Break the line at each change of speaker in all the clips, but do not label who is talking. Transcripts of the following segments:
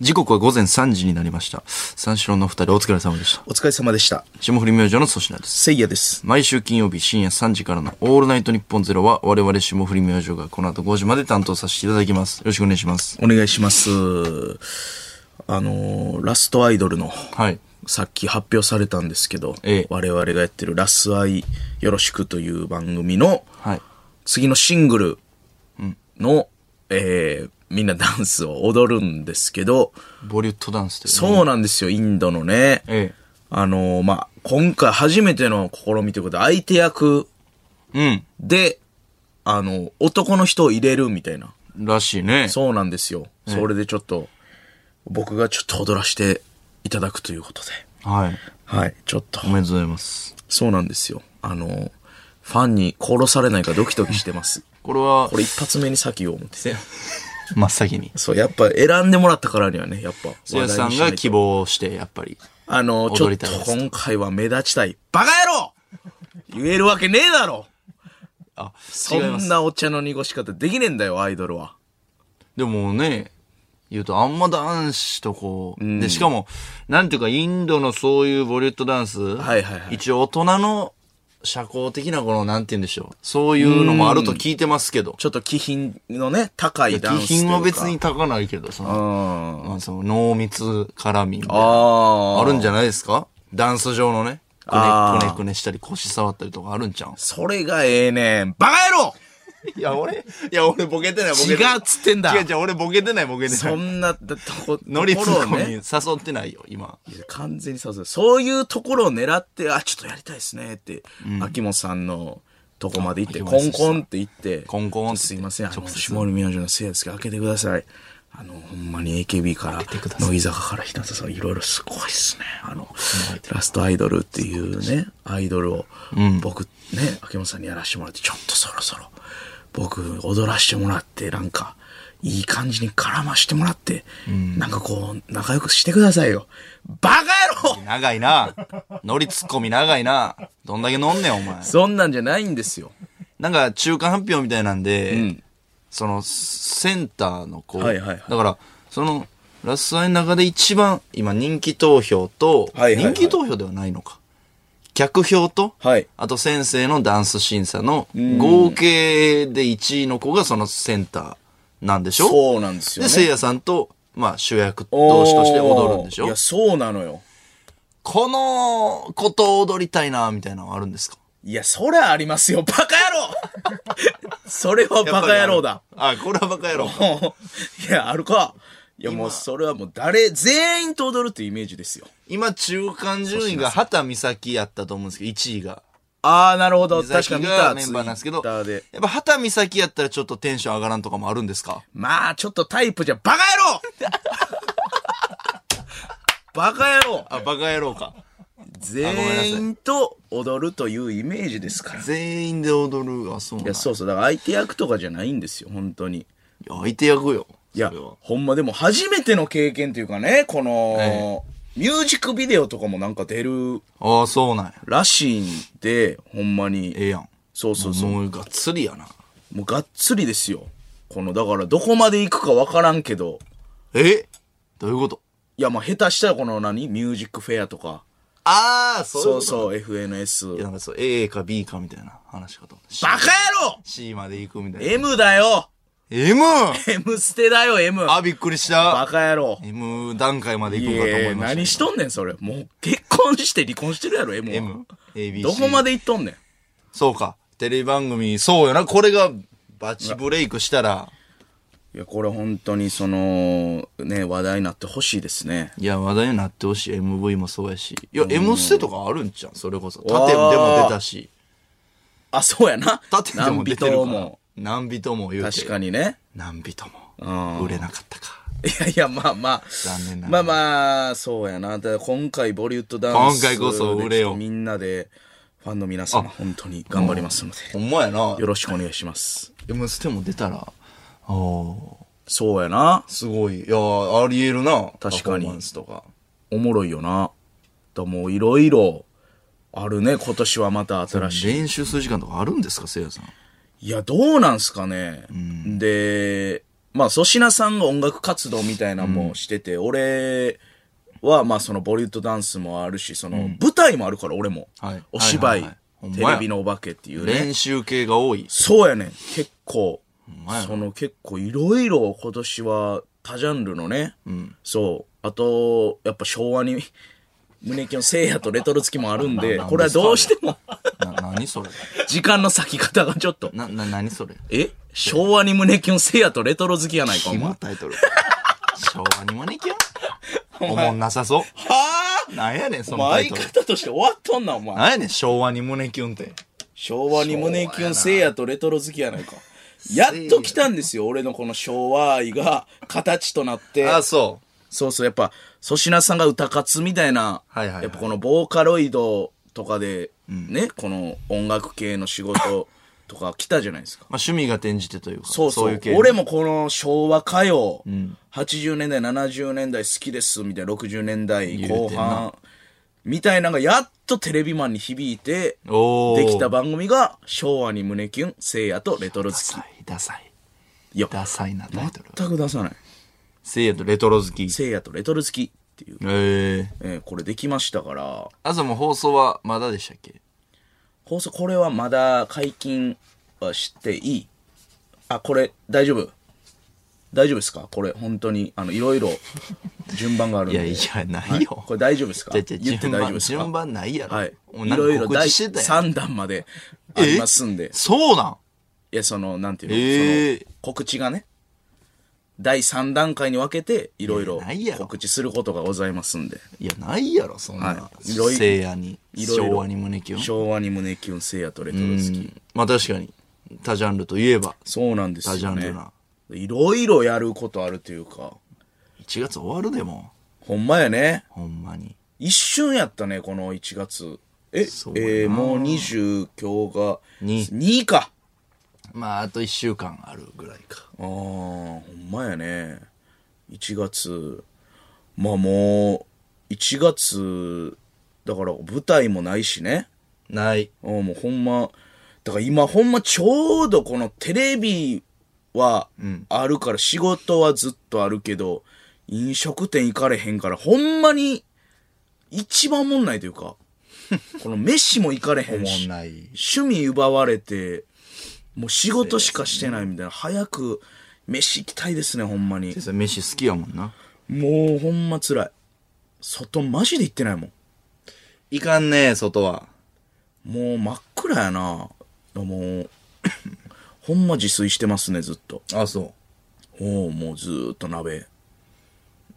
時刻は午前3時になりました。三四郎のお二人お疲れ様でした。
お疲れ様でした。
霜降り明星の粗品です。
せいやです。
毎週金曜日深夜3時からのオールナイトニッポンゼロは我々霜降り明星がこの後5時まで担当させていただきます。よろしくお願いします。
お願いします。あのーラストアイドルの、
はい。
さっき発表されたんですけど、
ええ
我々がやってるラスアイよろしくという番組の、
はい。
次のシングルの、えーみんなダンスを踊るんですけど、
ボリュットダンスというね。
そうなんですよ、インドのね。
え
あのーまあ、今回初めての試みということで、相手役
え。
で、あの、男の人を入れるみたいな。
うん。らしいね。
そうなんですよ。それでちょっと、僕がちょっと踊らせていただくということで。
はい。
はい。ちょっと
お。めでとうございます。
そうなんですよ。あの、ファンに殺されないかドキドキして ます。
これは、
これ一発目に先を思って。
真っ先に。
そう、やっぱ選んでもらったからにはね、やっぱ。
せやさんが希
望。
望して、やっぱり。
あの、ち
踊
ょ
り
ったと
いです
今回は目立ちたい。バカ野郎言えるわけねえだろ
あ、
そ
違いま
ん
す。
なお茶の濁し方できねえんだよ、アイドルは。
でもね、言うとあんま男子とこう、で、しかも、なんていうかインドのそういうボリュットダンス、
はいはいはい
一応大人の社交的なこの、なんて言うんでしょう。そういうのもあると聞いてますけど。
ちょっと気品のね、高いダン
気
スというか。
品は別に。高ないけど、その、
うん。
まあその濃密絡みみたいな
ああ。
あるんじゃないですかダンス上のね。くね
あー
くねくねしたり腰触ったりとかあるんちゃう
それがええねん。バカ野郎
いや、俺、いや、俺ボケてない、ボケてない。
違うっつってんだ
違う違う、俺ボケてない、ボケてな
そ
い。
んな、だとこ、
ノリツッコミ
ね。
誘ってないよ、今。
いや完全にそうそう。そういうところを狙って、あ、ちょっとやりたいですねって、秋元さんのとこまで行って、
秋
コ
元
ン
さん
コンって行って、
コンコンって
すいません、あの、
直接
下森明星のせいですけど、開けてください。あの、ほんまに AKB から
てくだ、さい
乃木坂から日向さん、いろいろすごいっすね。あの、ラストアイドルっていうね、アイドルを、僕、ね、秋元さんにやらしてもらって、ちょっとそろそろ、僕、踊らしてもらって、なんか、いい感じに絡ましてもらって、なんかこう、仲良くしてくださいよ。バカ野郎
長いな。ノリツッコミ長いな。どんだけ飲んねん、お前。
そんなんじゃないんですよ。
なんか、中間発表みたいなんで、
ん
その、センターの子。
はいはいはい
だから、その、ラスアイの中で一番、今、人気投票と、
はいはいは
人
い
気投票ではないのか。客票と、
はい
あと先生のダンス審査の、合計で1位の子がそのセンターなんでしょ
そうなんですよ
で、
ね。
せいやさんと、まあ、主役同士として踊るんでし
い
ょ
や、そうなのよ。
このことを踊りたいな、みたいなのはあるんですか
いや、そりゃありますよ。バ カ野郎それはバカ野郎だ。。
あ、これはバカ野郎。
もういや、あるか。いや、もうそれはもう誰、全員と踊るっていうイメージですよ。
今、中間順位が畑美咲やったと思うんですけど、1位が。
あー、なるほど。
美咲
確か見
が
た。
メンバーなんですけど、
ツイッターで
やっぱ畑美咲やったらちょっとテンション上がらんとかもあるんですか
まあ、ちょっとタイプじゃ、バカ野郎 バカ野郎
あ、バカ野郎か。んなさい
全員と踊るというイメージですから。
全員で踊る。あ、そうなん
いや、そうそう。だから相手役とかじゃないんですよ、本当に。
いや相手役よ。
いや
それは、
ほんまでも初めての経験というかね、この、ミュージックビデオとかもなんか出る
ああ、そうなんや。
らしいんで、ほんまに。
ええやん。
そうそうそう。
もうがっつりやな。
もうがっつりですよ。この、だからどこまで行くかわからんけど、
えどういうこと
いや、まあ下手したらこの何ミュージックフェアとか、
ああ、そういう
そ
こと
うそう、FNS
いや。なんかそう、A か B かみたいな話かと思った。
バカ野郎
C まで行くみたいな。
!M だよ
M!
!M 捨てだよ、M!
あ、びっくりした
バ。カ野郎
M 段階まで
い
行くかと思
や
いました。
何しとんねん、それ。もう結婚して離婚してるやろ、M は。
M、ABC。
どこまで行っとんねん。
そうか。テレビ番組、そうよな。これが、バチブレイクしたら、
いや、これ本当にその、ね、話題になってほしいですね。
いや、話題になってほしい。MV もそうやし。いや、M ステとかあるんちゃうそれこそ。縦でも出たし。
あ、そうやな。
縦でも出てるか
何人と
ら
も。。
何人も言うて。
確かにね。
何人
う
も。
ん
売れなかったか。
いやいや、まあまあ。
残念なが
ま
ら
あまあ、そうやな。だから今回、ボリュッドダンス。
今回こそ売れよ
みんなで、ファンの皆様、本当に頑張りますので、
ほんまやな
よ。ろしくお願いします。
M ステも出たら、ああ。
そうやな。
すごい。いやー、ありえるな。
確
パフ
かに
ォーマンスとか。
おもろいよな。だからもういろいろ、あるね。今年はまた新しい。
練習する時間とかあるんですか、せいやさん。
いや、どうなんすかね。で、まあ、粗品さんが音楽活動みたいなのもしてて、俺は、まあ、そのボリュートダンスもあるし、その、舞台もあるから、俺も。
はい
お芝
は
居、
いはいはい
テレビのお化けっていうね。
練習系が多い。
そうやねん。結構
まや、な
その結構いろいろ今年は多ジャンルのね。そう。あと、やっぱ昭和に、胸キュン聖夜とレトロ付きもあるんで、
な
これはどうしても、
な、何それ
時間の割き方がちょっと。
な、な、何それ
え昭和に胸キュン聖夜とレトロ好きやないか、お
キモ
前。
タイトル。昭和にマネキュンおもんなさそう。
はぁ
なんやねん、そ
も
の
う
タイ
相
トル。
方として終わっとんな、お前。
なんやねん、昭和に胸キュンって。
昭和に胸キュン聖夜とレトロ好きやないか。やっと来たんですよ、俺のこの昭和愛が形となって。
あ、そう。
そうそう、やっぱ、粗品さんが歌活みたいな、
はいはいはい
やっぱこのボーカロイドとかで、ね、この音楽系の仕事とか来たじゃないですか。
まあ、趣味が転じてというか、
そうそう
いう系。
俺もこの昭和歌謡、80年代、70年代好きです、みたいな、60年代後
言うてんな
半、みたいなのがやっとテレビマンに響いて、
おー
できた番組が、昭和に胸キュン、聖夜とレトロ好
ダ
き。
サい、ダサい。
いや、
ダサいな、タイトル。
全く出さない。
せいやとレトロ好き。え
聖夜とレトロ好きっていう、
えー。
えーこれできましたから、
あずも放送はまだでしたっけ
放送これはまだ解禁はしていいあこれ大丈夫大丈夫ですかこれ本当にあのいろいろ順番があるん
い
で
や、いや、ないよ。
これ大丈夫ですか
じゃじゃ
言って
順
大丈夫
番、
です
順
か
番ないやろ。
はい
もう
い
なん
ろい
か
ろ
告
第
知してたやん。
3弾までありますんで
そうなん
いやそのなんていうの,、
えー
その告知がね第3段階に分けていろいろ
いやないやろ
告知することがございますんで
いや、ないやろ、そんな
は。いいろいろ
せいやに、
いろいろ
昭和に胸キュン。
昭和に胸キュン聖夜とレトロ好き
まあ確かに、他ジャンルといえば、
そうなんです
他ジャ
よ
ンル
ね
な。
いろいろやることあるというか
1月終わるでも、
ほんまやね。
ほんまに。
一瞬やったね、この1月。え、え
そうやな
ーもう20今日が
に
2か。
まあ、あと1週間あるぐらいか。
ああ、ほんまやね。1月。まあもう、1月、だから舞台もないしね。
ない。
あーもうほんま、だから今ほんまちょうどこのテレビはあるから、仕事はずっとあるけど、飲食店行かれへんから、ほんまに一番おもんないというか、この飯も行かれへんし、
ない。
趣味奪われて、もう仕事しかしてないみたいな、早く飯行きたいですね、ほんまに
先。生、飯好きやもんな。
もうほんま辛い。外マジで行ってないもん。
いかんね外は。
もう真っ暗やな。もう、 ほんま自炊してますね、ずっと。
あ、そ
おうもうずーっと鍋。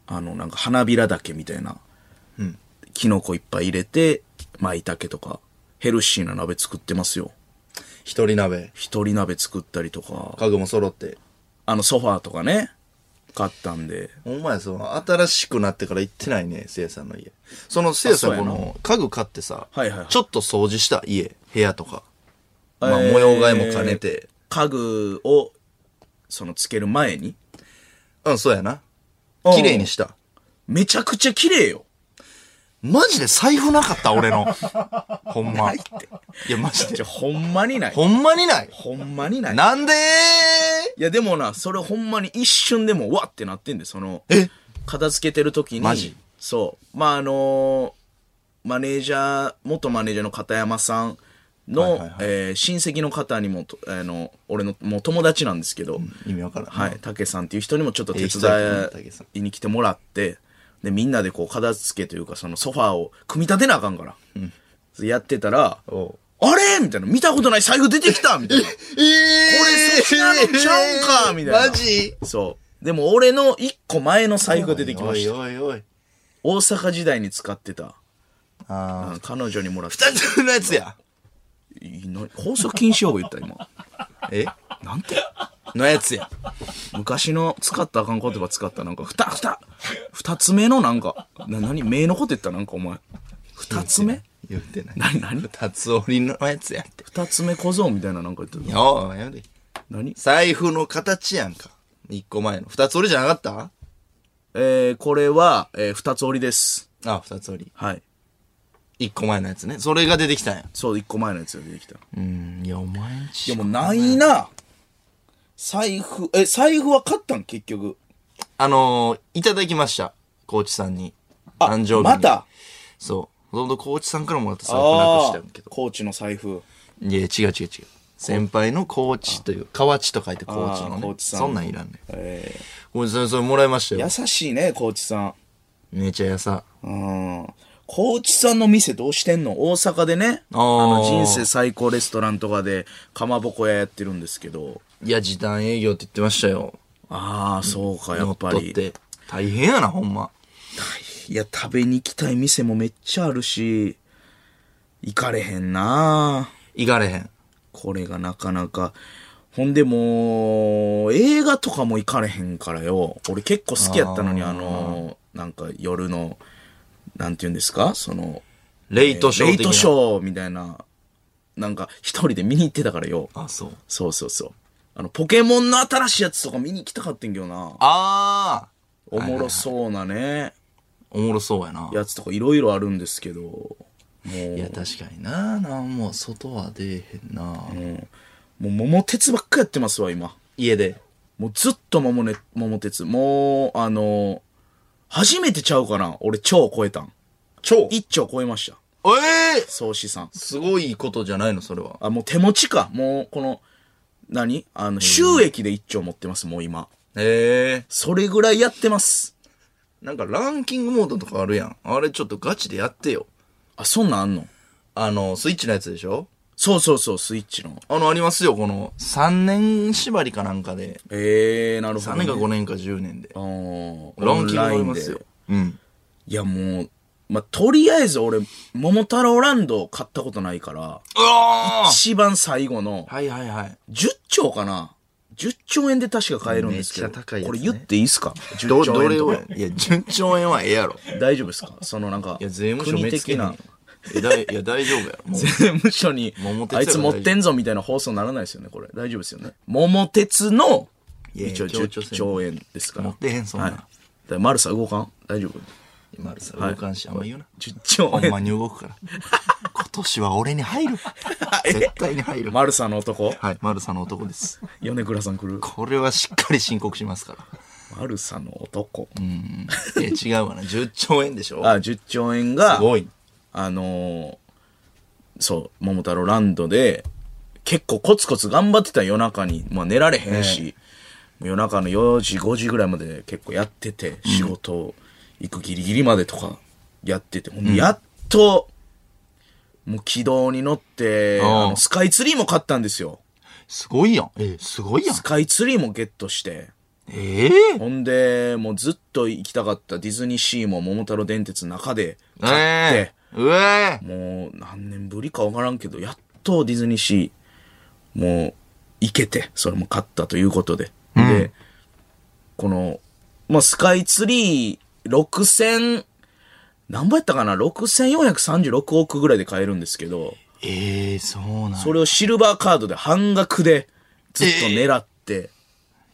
あの、なんか花びらだけみたいな。
うん
キノコいっぱい入れて、舞茸とか、ヘルシーな鍋作ってますよ。
う。一人鍋。
一人鍋作ったりとか、
家具も揃って。
あのソファーとかね、買ったんで。
ほんまや、その、新しくなってから行ってないね、せいやさんの家。その、せいやさん
あ
こ
そうやな
の、家具買ってさ、
はいはいはい
ちょっと掃除した、家、部屋とか。まあ、
えー
模様替えも兼ねて。
家具を、そのつける前に。
うん、そうやな。
うん
綺麗にした。
めちゃくちゃ綺麗よ。
マジで財布なかった、俺 の。ほんま。いや、マジ
じ
で
ゃ、。ほんまにない。
ほんまにない。
ほんまにない。
なんで
いやでもな、それほんまに一瞬でもうわってなってんで、その、
え
片付けてる時に。
マジ
そう。まああのーマネージャー、元マネージャーの片山さんの、
はいはいはい
えー親戚の方にもと、あの、俺のもう友達なんですけど、
意味わからん。
はい、武さんっていう人にもちょっと
え
手
え人やったね武さ
伝いに来てもらって、で、みんなでこう片付けというか、そのソファーを組み立てなあかんから、やってたら、
おう
あれみたいな、見たことない財布出てきたみたいな。
ええ
これそっちなのちゃうんかみたい
マ
な
ジ
そう。でも俺の一個前の財布が出てきました。
おいおいおい。
大阪時代に使ってた。
あ
うん彼女にもらった。
あ。二つのやつや。
いいの放送禁止用語言った今。
え
なんて
のやつや。
昔の使ったあかん言葉使った。なんか、ふた、ふた、二つ目のなんか、な、なに、目のこと言ったなんかお前。二つ目
言ってない。
なになに
二つ折りのやつやって。
二つ目小僧みたいななんか言ってた。
おうやめて。
何
財布の形やんか。一個前の。二つ折りじゃなかっ
えー、これは、えー、二つ折りです。
たあ、二つ折り。
はい。
一個前のやつね。それが出てきたんや。
そう、一個前のやつが出てきた。
うん、いや、お前ん
いや
ち。
もうないな。財布、え、財布は買ったん結局。
あのーいただきました。コーチさんに。
あ
誕生日に。
また
そう。ほとんどコーチさんからもらった財布なくし
あ
た
あ
んやけど。
コーチの財布。
いや、違う違う違う。先輩のコーチという、河内と書いてコーチの
あー
ね
コー。チさん
そんなんいらんねん。
え
コーチさん、それもらいました
ー
よ。
優しいね、コーチさ
めちゃやさ。
ん。うん。コーチさんの店どうしてんの大阪でね。
あ
あ
ー
の、人生最高レストランとかで、かまぼこ屋やってるんですけど。
いや、時短営業って言ってましたよ。
ああ、そうか、やっぱ
だっ
り。
て。大変やな、ほんま。
いや、食べに行きたい店もめっちゃあるし、行かれへんな
行かれへん。
これがなかなか。ほんでもう、映画とかも行かれへんからよ。俺結構好きやったのに、あの、なんか夜の、なんて言うんですかその、
レイトショー
レイ
的な。
トショーみたいな、なんか一人で見に行ってたからよ。
あ、そう。
そうそうそう。あの、ポケモンの新しいやつとか見に行きたかったんけどな。
あ
おもろそうなね、
ー。おもろそうやな。
やつとかいろいろあるんですけど、もう
い。や、確かにな。なんも外は出えへんな。
もう桃鉄ばっかやってますわ、今。
家で。
もうずっと桃,、ね、桃鉄。もう、あのー初めてちゃうかな俺、超超えたん。
超え
1兆超えました。
えー
総資産。
すごいことじゃないの、それは。
あ、もう手持ちか。もう、この、何あの、収益で1兆持ってます、もう今。
ええ
それぐらいやってます。
なんかランキングモードとかあるやん。あれちょっとガチでやってよ。
あ、そんなんあんの
あの、スイッチのやつでしょ
そうそうそう、スイッチの。
あの、ありますよ、この、3年縛りかなんかで。
ええー、なるほど、
3
ね。
年か5年か10年で。
あー
ランキングあ
オ
り
ンライン
ま
です
よ。うん。
いや、もう、まあ、とりあえず俺、桃太郎ランド買ったことないから、
うわー
一番最後の、
はいはいはい。
10兆かな ?10 兆円で確か買えるんですけど。
めっちゃ高いやつ
こ
ね
れ言っていいですか ?10
ど、
兆
ど
円
れ
と
を
か
やいや、10兆円はええやろ。
大丈夫ですかそのなんか、
いや、税務署
国
目つけ
的
へんや。
なん
えだいいや、大丈夫やろ。もう
税務署に
桃、鉄
あいつ
やから
持
大丈
っ
夫
てんぞみたいな放送にならないですよね、これ。大丈夫ですよね。桃鉄の、
いや
一応
協調
10
性
兆円ですから。
持ってへんそんな
はいだから丸さん動かん大丈夫
今さ、動かんし、あんま言うな。
?10 兆
ほん
円。
まに動くから。今年は俺に入 る。絶対に入る。
丸さんの男
はい、マルサの男です。
米倉さん来る
これはしっかり申告しますから。
丸さんの男。
いや、違うわな。10兆円でしょ
あ、10兆円が、
すごい。
あのーそう、桃太郎ランドで、結構コツコツ頑張ってた夜中に、まあ寝られへんし、夜中の4時、5時ぐらいまで結構やってて、仕事行くギリギリまでとかやってて、ほんでやっと、もう軌道に乗って、
うん
あのスカイツリーも買ったんですよ。
すごいやん。え、すごいやん
ス。カイツリーもゲットして、
ええ
ほんで、もうずっと行きたかったディズニーシーも桃太郎電鉄の中で買って、
ええうええ
もう何年ぶりか分からんけど、やっとディズニーシー、もう行けて、それも買ったということで。で、この、まあ、スカイツリー6000、何倍やったかな ?6436 億ぐらいで買えるんですけど、
ええそうなん
それをシルバーカードで半額でずっと狙って、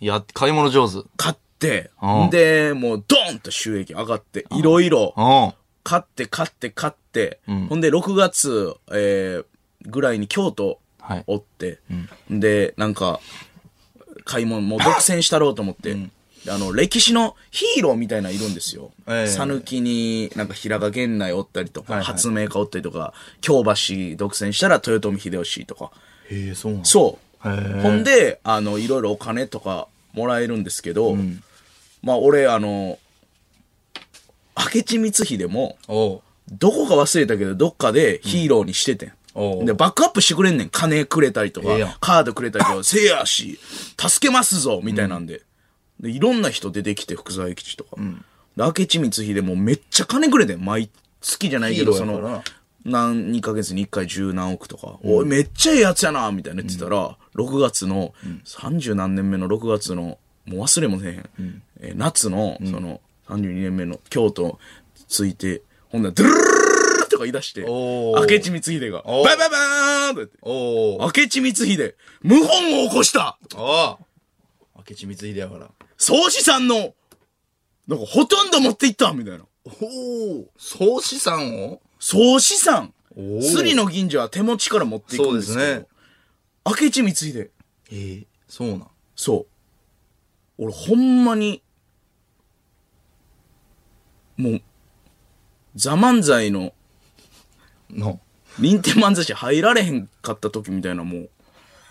いや、買い物上手。
買って、
うん
で、もうドーンと収益上がって、いろいろ、
うん。
勝って勝って勝って、
ん
ほんで6月、えーぐらいに京都
はい
おって、でなんか買い物もう独占したろうと思って、あの歴史のヒーローみたいなのいるんですよ
ええ
讃岐、になんか平賀源内おったりとか、
はいはい
発明家おったりとか京橋独占したら豊臣秀吉とか
ええそうなん
そう
へえ
ほんであのいろいろお金とかもらえるんですけど、まあ俺あの明智光秀も
おう。
どこか忘れたけど、どっかでヒーローにしててん。
おう
で、バックアップしてくれんねん。金くれたりとか、
ええやん
カードくれたりとか、せやし、助けますぞみたいなんで。で、いろんな人出てきて、福沢諭吉とか。で、明智光秀もめっちゃ金くれてん。毎月じゃないけど、
ヒ
そ
ーローやから
の
な、
何、2ヶ月に1回十何億とか、おい、めっちゃええやつやなみたいな言ってたら、6月の、30何年目の6月の、もう忘れもせえへん。えー夏の、その、32年目の京都ついて、ほんなら、ドゥルルルルルルとか言い出して、
おー
明智光秀が、バ
おー
イバイバーンとか
おう。
言って、明智光秀、謀反を起こした
ああ。明智光秀やから。
総司さんの、なんかほとんど持っていったみたいな。
おお。総資産を
総資産
おー
スリの銀次は手持ちから持っていくんですけど、
そうですね
明智光秀、
ええそうなん。
そう。俺、ほんまに、もう、ザ・漫才の
の。
認定漫才師入られへんかった時みたいな、もう、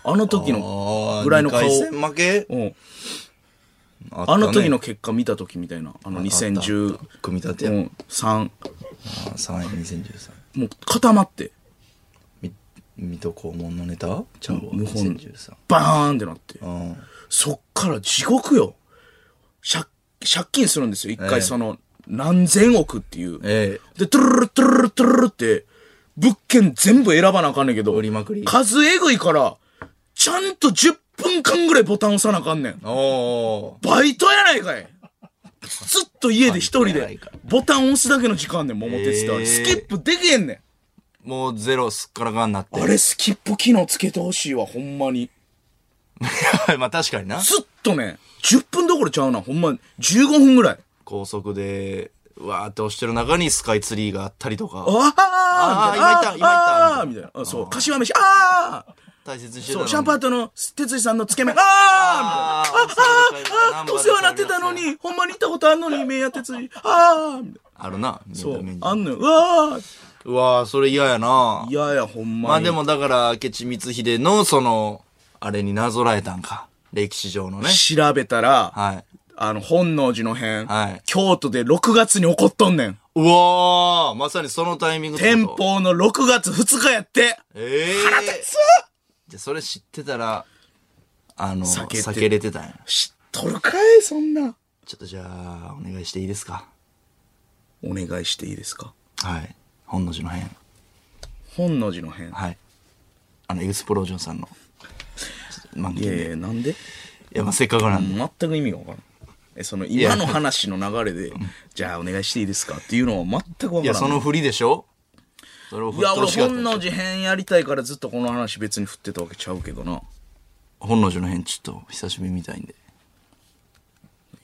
あの時のぐらいの顔
あー。二回戦負け
うん。
あ,、
あの時の。結果見た時みたいな、あの
あったあった組み立てや
2013、
あ3位2013。
もう固まって、
み、水戸黄門のネタちゃうわ。
無本
2013。
バーンってなって、
うん。
そっから地獄よ。借借金するんですよ。一
ええ
回その、何千億っていう。
え
で、トゥルルトゥルルトゥルルって、物件全部選ばなあかんねんけど、
売りまくり
数えぐいから、ちゃんと10分間ぐらいボタン押さなあかんねん
え。。おー。
バイトやない かいずっと家で一人
バイトやない
で
か、
ボタン押すだけの時間あんねん、桃鉄ってあれ。
えー
スキップできへんね
もうゼロすっからかんなって。
ん。あれ、スキップ機能つけてほしいわ、ほんまに。
まあ確かにな。
ずっとね、10分どころちゃうな、ほんま、15分ぐらい。
高速で、わーって押してる中にスカイツリーがあったりとか。
ああ
あー今いた今いた
あーみたいな。あそう、柏飯、ああ
大切にしてた
そ
の
う、
に
シャンパートの哲司さんのつけ麺、あ あ
あ
みたい
ー
な。ああお世話なってたの。に、ほんまに行ったことあんのに、麺屋哲司、ああみたいな。
あるな、メ
そ
ン
う
メン、
あんのよ。うわあ。
うわーそれ嫌やない
やいや、ほん
ま
ま
あ
に。
でもだから、明智光秀の、その、あれになぞらえたんか。歴史上のね。
調べたら、
はい。
あの、本能寺の辺、
はい
京都で6月に起こっとんねん。
うわーまさにそのタイミングって
天
こと
保の6月2日やって、
ええ
腹立つ
じゃあそれ知ってたら、あの、
避
避
け
け
て
れてたんや。
知っとるかいそんな。
ちょっとじゃあ、お願いしていいですか。
お願いしていいですか
はい。本能寺の変。
本能寺の辺。
はい。あの、エグスプロージョンさんの、ちょっと満
い
金
や
で。
いや、なんで
いや、まあ、せっかくなんで。
全く意味がわからん。え、その
や
今の話の流れで、じゃあお願いしていいですかっていうのは全くわからん。
いや、その振りでしょそれを振っ
い
て
や、
ほ
俺
しかった
本能寺編やりたいからずっとこの話別に振ってたわけちゃうけどな。
本能寺の変、ちょっと、久しぶりみたいんで。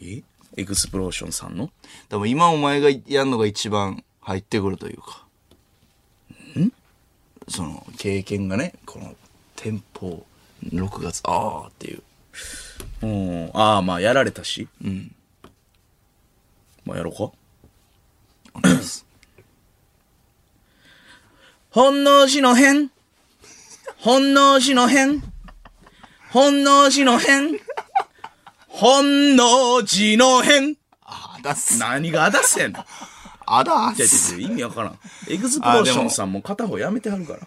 えエクスプローションさんの
多分今お前がやるのが一番入ってくるというか。んその、経験がね、この、天保、6月、あーっていう。
うん。ああ、まあやられたし。うん。まあやろうか。
お願いします。
本能寺の変。本能寺の変。本能寺の変。本能寺の変。
あだっす。
何があだせんの
あだっ
いや
す。
いやいや意味わからん。エグスプローションさんも片方やめてはるから。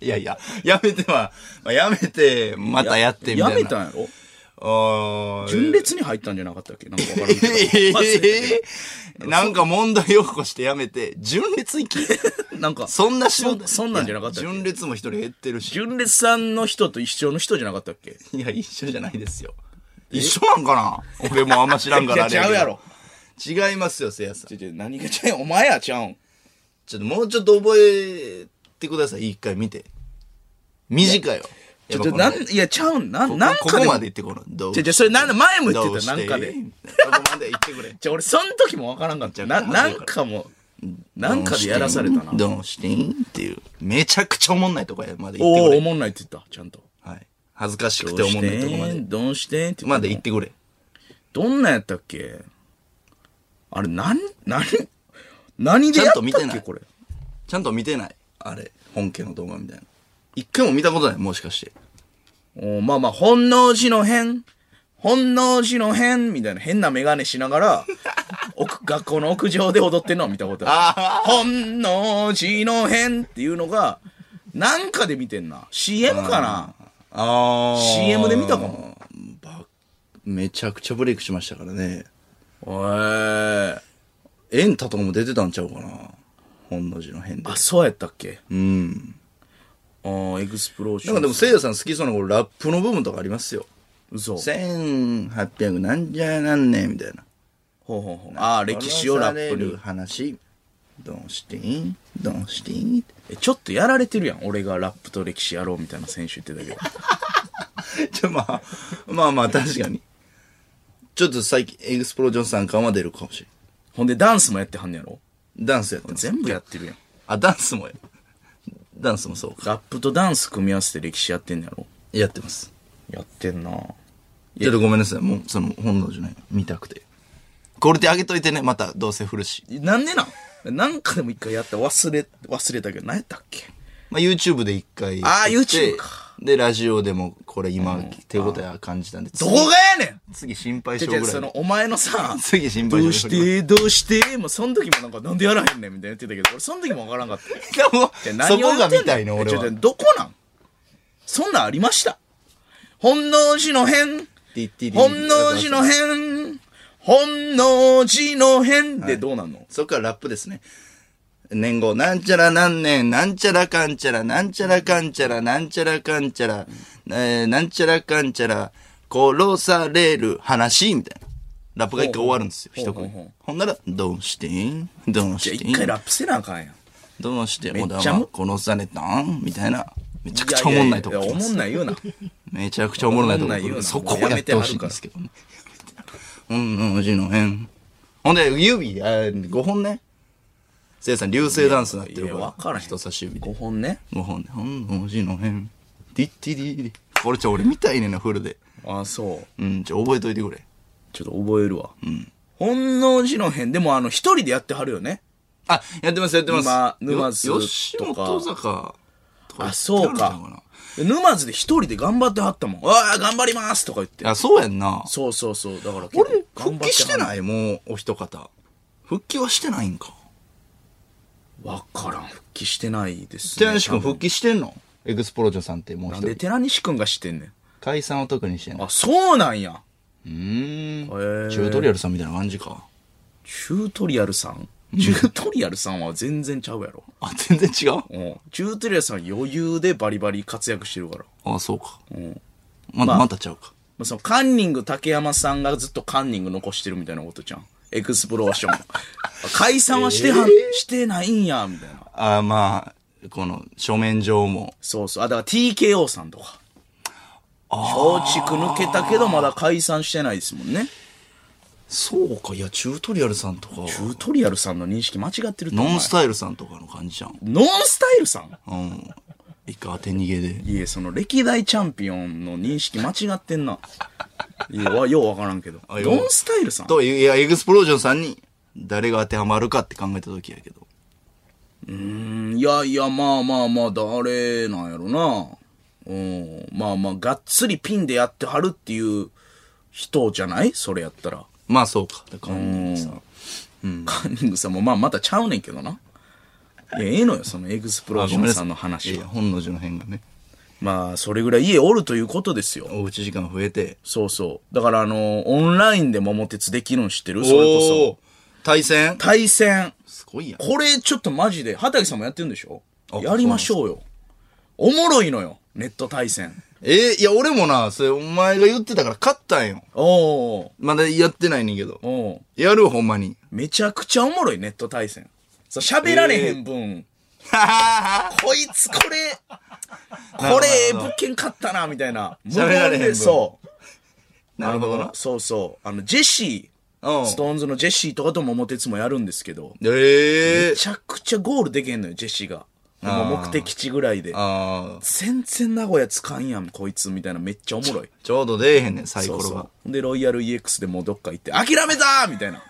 いやいや、やめては、まあ、やめて、またやってみたい
や
な。
めたんやろ
あー
純烈に入ったんじゃなかったっけなんかわからんけど忘れたけ
えー、なんか問題を起こしてやめて、純烈 行き。
ど。なんか、
そんな仕
そ
事。
そんなんじゃなかったっけ
純烈も一人減ってるし。
純烈さんの人と一緒の人じゃなかったっけ
いや、一緒じゃないですよ。一緒なんかな俺もあんま知らんからあ
い
れ
や
け
違う
ど
やろ。。
違いますよ、せいやさん。
ちょちょ何がちゃうお前やちゃうん。
ちょっともうちょっと覚えてください。一回見て。短いよ。
ち
や
ょち
っ
ょ、
ぱ
な
こ
ん、
の
いや、ちゃうん。なん、
こ
なん
こ
か
こ
でも
まで行ってこの。どう
ちょちょ、それなんで前も言っ
どう
てた、
し
なんか
こ
で。
こまで行ってくれ。
じゃあ俺、その時もわからんかった。な、なんかも、なんかでやらされたな。
どうしてんっていう。めちゃくちゃおもんないとこまで行
お
っ
お、
て
お
く
もんないって言った、ちゃんと。
れ。はい。恥ずかしくて
どう
お
し
もんないとこま
て
で。
んどうしてんって言
ま
っ
で
て。
行ってくれ。
どんなんやったっけあれ、なん、何何でやったっ
ちゃんと見てな
け
い
これ。
ちゃんと見てない。あれ。本家の動画みたいな。一回も見たことない。もしかして。
おまあまあ、本能寺の変、本能寺の変、みたいな変なメガネしな がら、奥学校の屋上で踊ってんのは見たことある。本能寺の変っていうのが、なんかで見てんな。CM かな
ああ。
?CM で見たかも。
ばめちゃくちゃブレイクしましたからね。
おえ
エンタとかも出てたんちゃうかな。本能寺の変で
あ、。そうやったっけ
うん。
おエクスプローシ
な
ョン。
んかでも、せいやさん好きそうなこのラップの部分とかありますよ。
嘘。
1800なんじゃなんねんみたいな。
ほうほうほう。ああ、歴史をラップに。
話どうしていいどうしていい
えちょっとやられてるやん。俺がラップと歴史やろうみたいな選手言ってたけど。
じゃまあ まあまあ確かにちょっと最近エグスプロージョンさん感は出るかもしれ
ほんで、ダンスもやってはんねやろ
んダンスやってます
全部やってるやん。
あダンスもやダンスもそうか
ラップとダンス組み合わせて歴史やってんのやろ
やってます
やってんな
ちょっとごめんなさい。もう、その、本能じゃない。見たくて。クオリティ上げといてね。また、どうせ振るし。
なんでなんなんかでも一回やった忘れ、忘れたけど、何やったっけ
まあ、YouTube で一回やって。
あー YouTube か
で、ラジオでも、これ今、手応えは感じたんで。
どこがやねん
次、次心配
じ
性
ゃ
ぐ
じ
ら
ゃ
い。
その、お前のさ、
次、心
ど
配性
うし
ぐらい
て、どうして、もうその時もなんか、なんでやらへんねんみたいな言ってたけど、俺その時もわからんかった。
でも
じゃあ、
そ
何を
こ
言
が
ってん
見たいの、俺
ちょ
は。
ちょ
テ
どこなんそんなんありました。本能寺の変、
ィッティリ
本能寺の変、本能寺の変でどうなんの、
そこからラップですね。年号、なんちゃら何年、なんちゃらかんちゃら、なんちゃらかんちゃら、なんちゃらかんちゃら、えーなんちゃらかんちゃら、殺される話、みたいな。ラップが一回終わるんですよ、
ほう
一
ほう
組
ほうほう。
ほんなら、どうしてんどう
じゃあ
して
一
ん
回ラップせなあかんやん。
どうして小田
めっちゃ
は殺されたんみたいな。めちゃくちゃお
い
も
やいやいや
んないとこ来
いや
ま
おも
す
ん。ない 言うな。
めちゃくちゃおもろないとこ
おもんないような
そこをやってほしいんですけどね。ほんのうちの辺。ほんで、指、あ5本ね。せいやさん、流星ダンスなってる
いやわ
か
から
ら、
へん
人差し指で。
5本ね。
5本で、ほんのうちの辺。ディッティディディ。これちょ、俺見たいねんな、フルで。
ああ、そう。
うん、ちょ、覚えといてくれ。
ちょっと覚えるわ。本能寺の変、でもあの、一人でやってはるよね。
あ、やってます、やってます。
沼沼津
よ
とか
吉本坂とか。
あ、そう
やってはるんちゃ
か。沼津で一人で頑張ってはったもん。わあ、頑張りますとか言って。
なあ、そうやんな。
そうそうそう。だから結構
俺、復帰して
い
ないもう、お一方。復帰はしてないんか。
わからん。復帰してないですね。
寺西君
多分
復帰してんのエクスプロジョさんってもう一
で、
人。
寺西くんがしてんねん。
解散を特にしてんの。
あ、そうなんや。
うーん。
へえ
チュートリアルさんみたいな感じか。
チュートリアルさんチュートリアルさんは全然ちゃうやろ。
あ、全然違う
うん。チュートリアルさん余裕でバリバリ活躍してるから。
あ、そうか。
ん
まだ、まだちゃうか。
まあ、そのカンニング竹山さんがずっとカンニング残してるみたいなことじゃん。エクスプローシ ョン。解散はしてはん、してないんや、みたいな。
あーまあ、この、書面上も。
そうそう。あ、だから TKO さんとか。松竹抜けたけどまだ解散してないですもんね。
そうか、いや、チュートリアルさんとか、
チュートリアルさんの認識間違ってると思う。
ノンスタイルさんとかの感じじゃん。
ノンスタイルさん
うん。一回当て逃げで。
いえ、その歴代チャンピオンの認識間違ってんな。いや、わようわからんけど。
よう
ノンスタイルさん
と、いや、エクスプロージョンさんに、誰が当てはまるかって考えた時やけど。
うん、いやいや、まあまあまあ、誰なんやろな。うん、まあまあ、がっつりピンでやってはるっていう人じゃないそれやったら。
まあ、そうか。だから、さん。
カンニングさんもまあまたちゃうねんけどな。いや、ええのよ、そのエグスプロージョンさんの話
いや
は。
本能寺の変がね
まあ、それぐらい家おるということですよ。
おうち時間増えて
そうそう。だから、あの、オンラインで桃鉄できるん知ってるそれこそ。
対戦
対戦。
すごいやん
これちょっとマジで、畑さんもやってるんでしょ
あ
やりましょうよ。おもろいのよ、ネット対戦。
えーいや俺もなそれお前が言ってたから勝ったんよ
おー
まだやってないねんけど
おー
やるわほんまに
めちゃくちゃおもろい、ネット対戦。そう、喋られへん分、こいつこ れ、これ、物件買ったな、みたいな。
喋られへん分
無言でそう。
なるほど
あ
な
のそうそう。あの、ジェシ
う
ー、
ん
ストーンズのジェシーとかと桃鉄もやるんですけど、
え
め
ー、
ちゃくちゃゴールできへんのよ、ジェシーが。もう目的地ぐらいで。
あー
全然名古屋使んやん、こいつ、みたいな。めっちゃおもろい。
ちょうど出えへんねんサイコ
そ
ロ
う
が
そう。で、ロイヤル EX でもうどっか行って、諦めたーみたいな。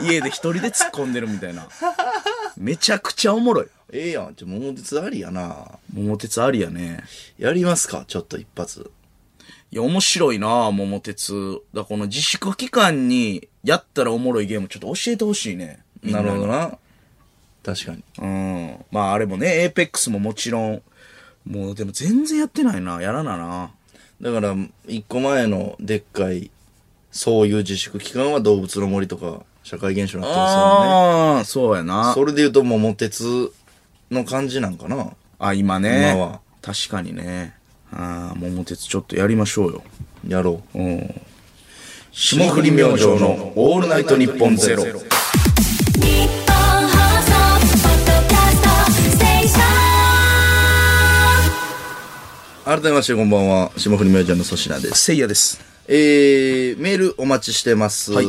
家で一人で突っ込んでるみ たいな。めちゃくちゃおもろい。
ええやんちょ桃鉄ありやな
桃鉄ありやね。
やりますかちょっと一発
いや、面白いなあ桃鉄。だからこの自粛期間にやったらおもろいゲームちょっと教えてほしいね。みん
な
に
るほど。な確かに
うん。まああれもね、エーペックスももちろん。もうでも全然やってないな。やらなな。
だから一個前のでっかいそういう自粛期間は動物の森とか社会現象になってますもんね
ああ、そうやな。
それで言うと桃鉄の感じなんかな
あ、今ね。
今は
確かにね。ああ、桃鉄ちょっとやりましょうよ。
やろう。
うん。
霜降り明星のオールナイトニッポンゼロ。
日本放送ポッドキャストステーション
改めましてこんばんは、霜降り明星の粗品です。
せいやです。
えー、メールお待ちしてます。ど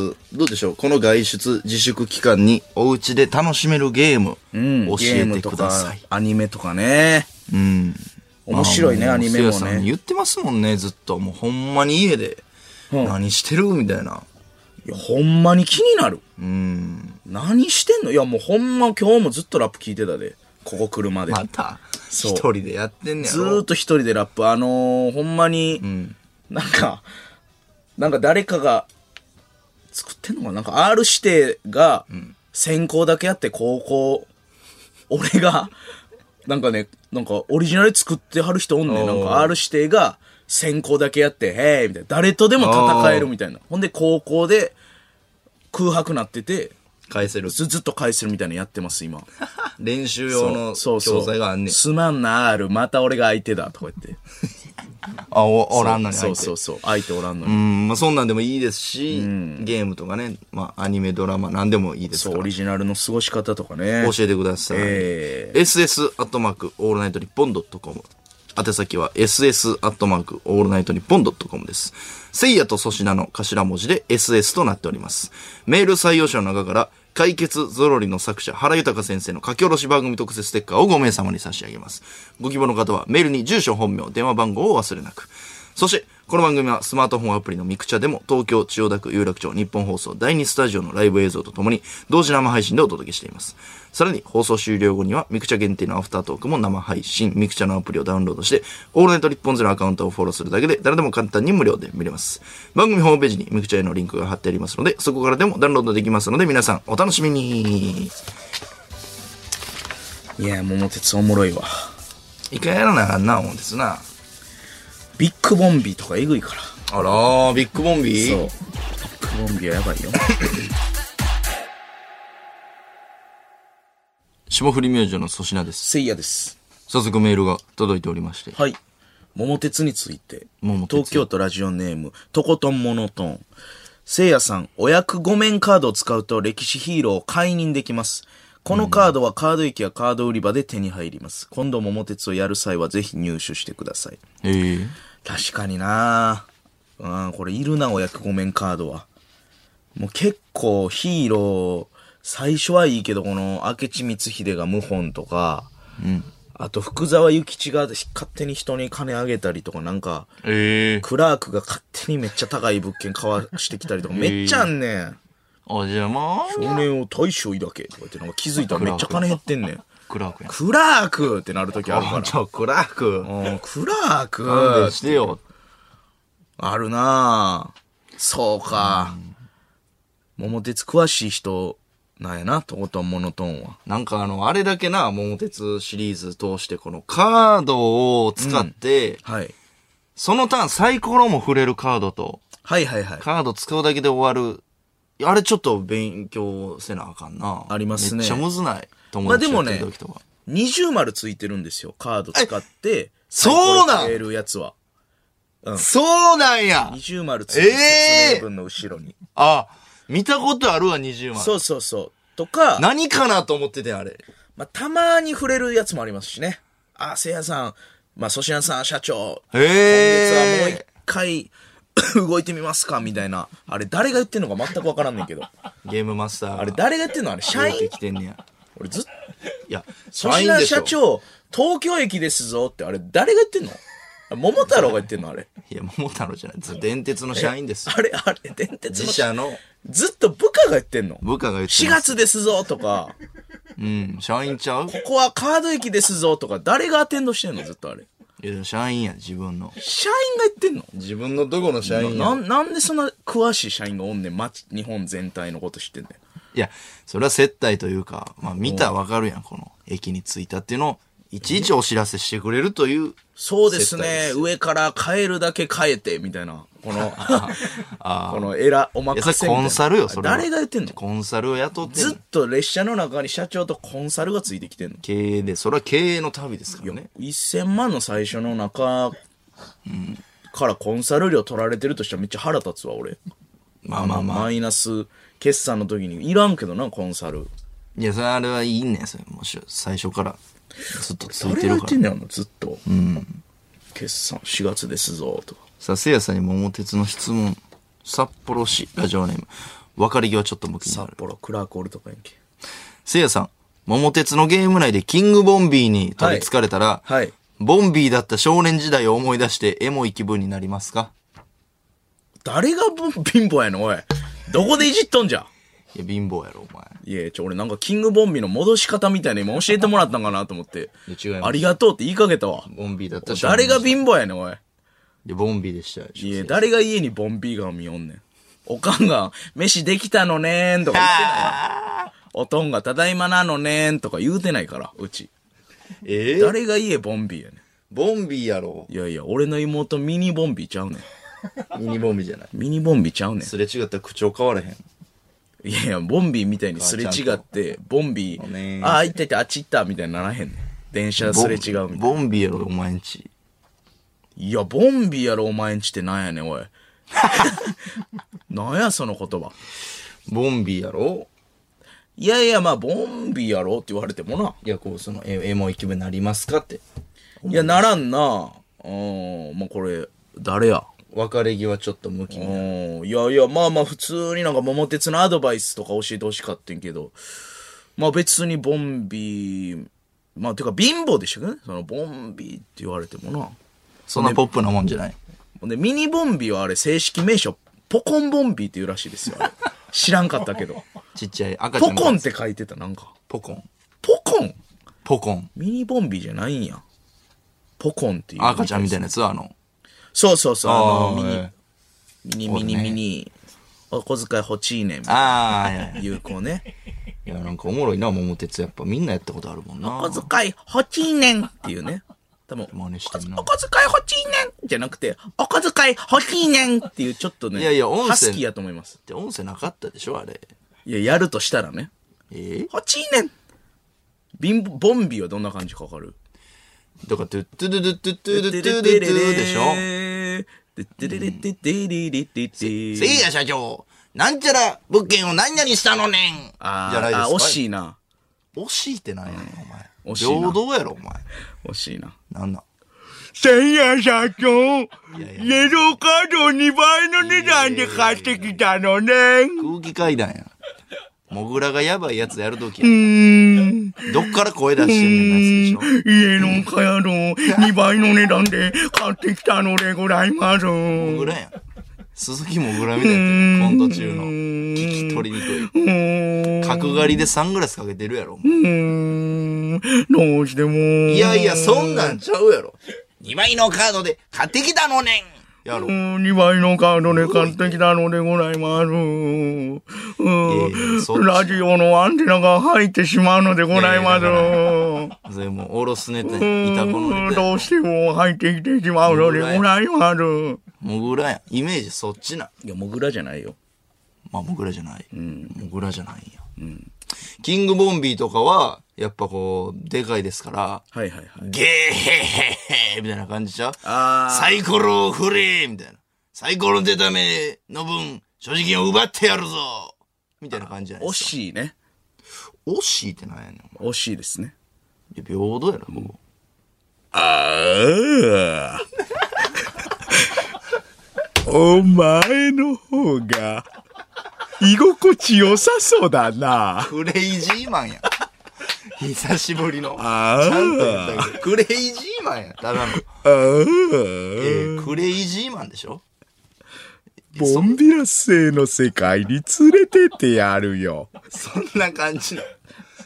うでしょうこの外出自粛期間にお家で楽しめるゲーム、教
ゲー
え
ム
て
とか
ください。
アニメとかね。
うん。
面白いね、
まあ
アニメ
う
も
せやさん
ね。
言ってますもんね、ずっと。もうほんまに家で
うん
何してるみたいな。
いや、ほんまに気になる。
うん。
何してんのいや、もうほんま今日もずっとラップ聞いてたで。ここ来るまで。
また、
そ
一
う
人でやってんねや
ずーっ
ろ。
と一人でラップ。あのー、ほんまに、
ん
なんか、なんか誰かが作ってんのかななんか R 指定が先行だけやって高校、俺が、なんかね、なんかオリジナルで作ってはる人おんねん。
お
な
ー
んか R 指定が先行だけやって、へーみたいな。誰とでも戦えるみたいな。ほんで高校で空白なってて、
返せる。
ずずっと返してるみたいなのやってます、今。
練習用の教材があんねん。
すまんな、R。また俺が相手だ、とか言って。
あ、おおらんのに入って。
そうそうそう相手おらんの
う
に、
ん、まあそんなんでもいいですし、ゲームとかね、まあアニメ、ドラマ、何でもいいです
そ
か
うオ
ら。
リジナルの過ごし方とかね
教えてください。
え
ss アットマークオールナイトニッポンドットコム。宛先は ss アットマークオールナイトニッポンドットコムです。せいやと粗品の頭文字で ss となっております。メール採用者の中から、解決ゾロリの作者、原豊先生の書き下ろし番組特設ステッカーを5名様に差し上げます。ご希望の方はメールに住所、本名、電話番号を忘れなく。そして、この番組はスマートフォンアプリのミクチャでも東京、千代田区、有楽町、日本放送第2スタジオのライブ映像とともに同時生配信でお届けしています。さらに放送終了後にはミクチャ限定のアフタートークも生配信、ミクチャのアプリをダウンロードして、オールナイト日本ゼロアカウントをフォローするだけで誰でも簡単に無料で見れます。番組ホームページにミクチャへのリンクが貼ってありますので、そこからでもダウンロードできますので皆さんお楽しみに。
いや桃鉄おもろいわ
一回やらなあかんな思うんですな。
ビッグボンビーとかえぐいから
あらー、ビッグボンビ
そう
ー
ビッグボンビーはやば いよ
霜降り明星の粗品です。
せいやです
早速メールが届いておりまして。
はい桃鉄について
桃鉄
東京都ラジオネームとことんモノトーンせいやさんお役御免カードを使うと歴史ヒーローを解任できますこのカードはカード駅やカード売り場で手に入ります今度桃鉄をやる際はぜひ入手してください
ええ
確かになうん、これいるな、お役御免カードは。もう結構ヒーロー、最初はいいけど、この明智光秀が謀反とか、あと福沢諭吉が勝手に人に金あげたりとか、なんか、
ええ
クラークが勝手にめっちゃ高い物件買わしてきたりとか、めっちゃあんねん。
おじゃま
少年を大将抱けとか言って、なんか気づいたらめっちゃ金減ってんねん。
クラークやん。
クラークってなるときある
あ、
から。
ちょ、クラーク。
うん、クラーク
勘弁してよ。
あるなぁ。そうか。桃鉄詳しい人なんやな、とことんモノトーンは。
なんかあの、あれだけな、桃鉄シリーズ通して、このカードを使って、
はい。
そのターンサイコロも触れるカードと、
はいはいはい。
カード使うだけで終わる。あれちょっと勉強せなあかんな。
ありますね
めっちゃむずない。友
まあで
達とや
も
って
ね
る時とか。、
二重丸ついてるんですよ。カード使って。
そうなん
サイコロ入れるやつは。
そうなんや
二重丸ついてる
えー
説明文の後ろに。
あ、見たことあるわ、20万。
そうそうそう。とか、
何かなと思ってて、あれ。
まあ、たまに触れるやつもありますしね。あ、せいやさん、まあ、粗品さん、社長、
へ
今
え
月はもう一回 動いてみますかみたいな。あれ、誰が言ってんのか全くわからんねんけど。
ゲームマスター。
あれ、誰がやってんのあれ、社
入って
員
きてんねや。
俺ずっ
いや、
と、
社
粗
員
品
でしょ
社。長、東京駅ですぞって、あれ、誰が言ってんのあ桃太郎が言ってんの あれ。
いや、桃太郎じゃない。ず電鉄の社員ですよ。
あれ、あれ、電鉄
自社の
ずっと部下が言ってんの
部下が言って
4
ます。
月ですぞとか、
うん、社員ちゃう
ここはカード駅ですぞとか、誰がアテンドしてんのずっとあれ。
いや、社員や、自分の。
社員が言ってんの
自分のどこの社
ななんなんでそんな詳しい社員がおんねん、街、日本全体のこと知ってんねん。
いや、それは接待というか、まあ見たらわかるやん、この駅に着いたっていうのを、いちいちお知らせしてくれるという、
そうです
接待で
ね
す。
上から変えるだけ変えて、みたいな。この、このエラ、お
いや、
任せ
そ
みた
れ
いな。
コンサルよ、それは。
誰が言ってんの
コンサルを雇ってんの
ずっと列車の中に社長とコンサルがついてきてんの。
経営で、それは経営の旅ですからね。
1000万の最初の中からコンサル料取られてるとしたらめっちゃ腹立つわ、俺。
まあまあまあ。
マイナス決算の時にいらんけどな、コンサル。
いや、それあれはいいねん、それ。もし、最初から、ずっとつい
誰
て
が
る
言
か
って
ら
ん。ねやろ、ずっと。決算4月ですぞ、とか。
さあ、せいやさんに桃鉄の質問。札幌市、ラジオネーム。別れ際ちょっと向きにな
札
る。
幌クラークオルとかやんけ。
せいやさん、桃鉄のゲーム内でキングボンビーに取り憑かれたら、
はい。
ボンビーだった少年時代を思い出してエモい気分になりますか
誰がぶ貧乏やねん、おい。どこでいじっとんじゃ。
いや、貧乏やろ、お前。
いや、ちょ、俺なんかキングボンビの戻し方みたいな今教えてもらったんかなと思って。
いや違います
ありがとうって言いかけたわ。
ボンビーだったし。
誰が貧乏やねん、おい。
いや、ボンビーでしたでしょ
いや、誰が家にボンビーガン見よんねん。おかんが、飯できたのねーんとか言ってないわ。おとんが、ただいまなのねーんとか言うてないから、うち。
えー
誰が家ボンビーやね
ボンビーやろ
ん。いやいや、俺の妹ミニボンビーちゃうねん。
ミニボンビーじゃない。
ミニボンビーちゃうね
すれ違ったら口調変わらへん。
ん。いやいや、ボンビーみたいにすれ違って、ボンビ
あね
ー、
ー
ああ、行ってて、あっち行った、みたいにならへんねん。電車すれ違うみたいな。
ボンビーやろ、お前んち。
いや、ボンビーやろ、お前んちってなんやねん、おい。 なんや、その言葉。
ボンビーやろ
いやいや、まあ、ボンビーやろって言われてもな。
いや、こう、その、え、エモい気分になりますかって。
いや、ならんな。うん、まあ、これ、誰や。
別れ際ちょっと向き
う
に。
ん、いやいや、まあまあ、普通になんか桃鉄のアドバイスとか教えてほしかったんけど、まあ別にボンビー、まあ、てか貧乏でしたけどね。その、ボンビーって言われてもな。
そんなポップなもんじゃない。
ほんで、ミニボンビーはあれ、正式名称、ポコンボンビーって言うらしいですよ。あれ知らんかった けど。
ちっちゃい赤ちゃ
ポ
ん。
コンっ。て書いてた、なんか。
ポコン。
ポコン
ポコン。
ミニボンビーじゃないんや。ポコンっていう。
赤ちゃんみたいなやつあの。
そうそうそう、あの、ミニ
ー
ミニミニミニ、お小遣い欲しいねん。
あー、いやいや
有効ね。
いや、なんかおもろいな、桃鉄。やっぱみんなやったことあるもんな。
お小遣い欲しいねんっていうね。多分、
真似してんな
お小遣い欲しいねんじゃなくて、お小遣い欲しいねんっていうちょっとね、
いやいや音声
ハスキーやと思います。
って音声なかったでしょ、あれ。
いや、やるとしたらね。
え
欲しいねん貧乏ボンビーはどんな感じかかる
だから、トゥットゥドゥドゥトゥトゥドゥトゥドゥトゥでしょ。
でてれれててれれてて
せいや社長、なんちゃら物件を何々したのねんじ
あー
ゃないです
あ
か。
ー、惜しいな。
惜しいってなんやねん、お前。
惜しいな
平等やろ、お前。
惜しいな。
なんなん。
せいや社長、イエローカードを2倍の値段で買ってきたのね。
空気階段や。モグラがやばいやつやるときや。
うん。
どっから声出してんねんなやつでし
イエローカードを2倍の値段で買ってきたのでございます。
ょ。モグラやん。鈴木モグラみたいになってるコント中の。聞き取りにくい。角刈りでサングラスかけてるやろ、お前
うん。どうしても。
い
い
やいや、そんなんちゃうやろ。2枚のカードで買ってきたのねんやろ。
2倍のカードで買ってきたのでございます。
いやいやそっ
うん。
ち
ラジオのアンテナが入ってしまうのでございます
いや。それもう、おろすネタ、いたこのネタ
ど
や。
うしても入ってきてしまうのでございます。
モグラやん。イメージそっちなん。
いや、モグラじゃないよ。
まあ、モグラじゃない。モグラじゃないんや。キングボンビーとかは、やっぱこう、でかいですから、
はいはいはい。
ゲーヘヘヘみたいな感じちゃう
あー
サイコロを振れみたいな。サイコロの出た目の分、所持金を奪ってやるぞみたいな感じじゃない
惜
ですか。
しいね。
惜しいってなんやねん。お
惜しいですね。
前いや平等やろ、ここ。
ああ。お前の方が、居心地良さそうだな。
クレイジーマンや。 久しぶりの。
あ
ちゃんと言ったけど。クレイジーマンや。ただの。
ああ。
えークレイジーマンでしょ
ボンビラ星の世界に連れてってやるよ。
そんな感じの。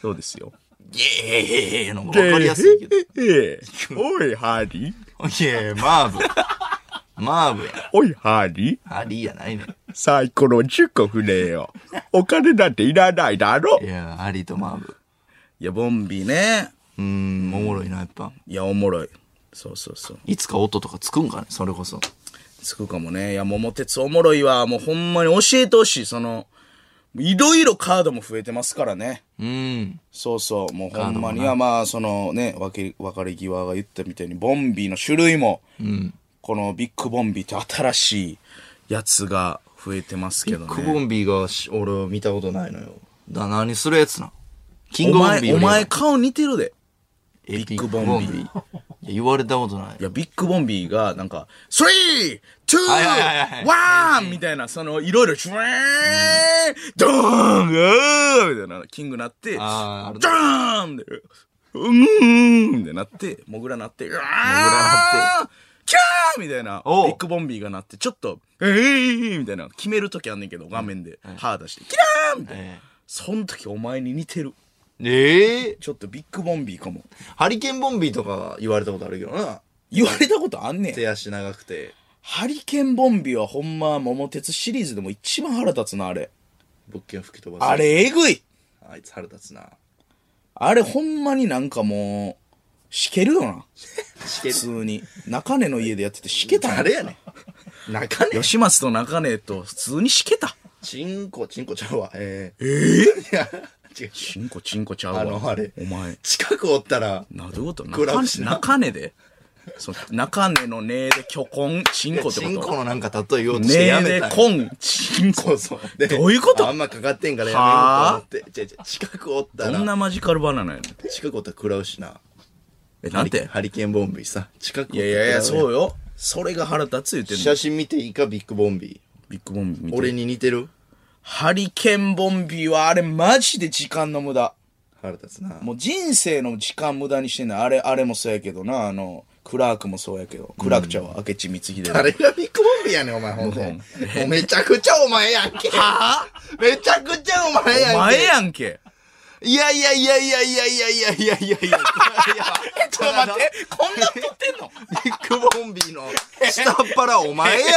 そうですよ。
ゲーヘヘヘの方が分かりやすいけど。い
ええおい、ハリー。
やマーブ。マーブや。
おい、ハリー。
ハリーやないねん
サイコロ10個振れよ。お金なんていらないだろ。
いや、ハリーとマーブ。
いや、ボンビね。
うーん、おもろいな、やっぱ。
いや、おもろい。そうそうそう。
いつか音とかつくんかね、それこそ。
つくかもね。いや、桃鉄おもろいわ。もうほんまに教えてほしい。その、いろいろカードも増えてますからね。
うーん。
そうそう。もうほ
カー
ん
ドも
ま
な
にはまあ、そのね、わけ、別れ際が言ったみたいに、ボンビーの種類も、このビッグボンビーって新しいやつが増えてますけどね。
クボンビーがし俺を見たことないのよ。だ、何するやつなん。キン
お
グボンビ
前、
ー
お前
か。
顔似てるで。
ビ
ッグボンビー
いや言われたことない
い。や、ビッグボンビーが、なんか、スリー、ツ
はいはいはい
ー、ワンみたいな、その、いろいろ、シュエードーンうーみたいな、キングなって、ド
あーある
ーンで、うーんってなって、モグラなって、うわー
モグラな
って、キャーみたいな、ビ
おう
ッグボンビーが鳴って、ちょっと、えーみたいな、決めるときあんねんけど、画面で、歯出して、キラーみたいな。
え
そん時お前に似てる。
ええ
ちょっとビッグボンビーかも。
ハリケーンボンビーとか言われたことあるけどな。
言われたことあんねん。
手足長くて。
ハリケーンボンビーはほんま、桃鉄シリーズでも一番腹立つな、あれ。
物件吹き飛ばす。
あれ、えぐい
あいつ腹立つな。
あれほんまになんかもう、しけるよな。
し
普通に。中根の家でやっててしけたん
誰やね ん。中根
吉松と中根と普通にしけた。
チンコ、チンコちゃうわ。ええいや、違う。
チンコチンコちゃうわ。
あの、あれ。
お前。
近くおったら、
なるほど。
グラフ
中
し
根、
な
中根で。そう、中根の根で巨根、チンコって
チン
こ
コ
と
のなんか例えようとしてや
根
め
で
たんや
根、チンコ。
そうそう。で
どういうこと
あんまかかってんからやめようと思って。違う違う近くおった
どん
ら、
なマジカルバナナやねん。
近くおったら食らうしな。
え、なんて
ハリケーンボンビーさ。近く
いやいやいや、そう
う。
よ。それが腹立つ言ってんの
写。真見ていいか、ビッグボンビ
ビッグボンビー見
ー。
て
俺に似てる
ハリケーンボンビーはあれマジで時間の無駄。
腹立つな。
もう人生の時間無駄にしてんのあれ、あれもそうやけどな、あの、クラークもそうやけど、クラークちゃんは明智光秀だ
あれがビッグボンビーやねん、お前、ほんともうめちゃくちゃお前やんけ。
は
めちゃくちゃお前やんけ。
お前やんけ。
いやいやいやいやいやいやいやいやいやい やいや。
ちょっと待って、こんなん撮ってんの
ビッグボンビーの 下っ腹お前やん。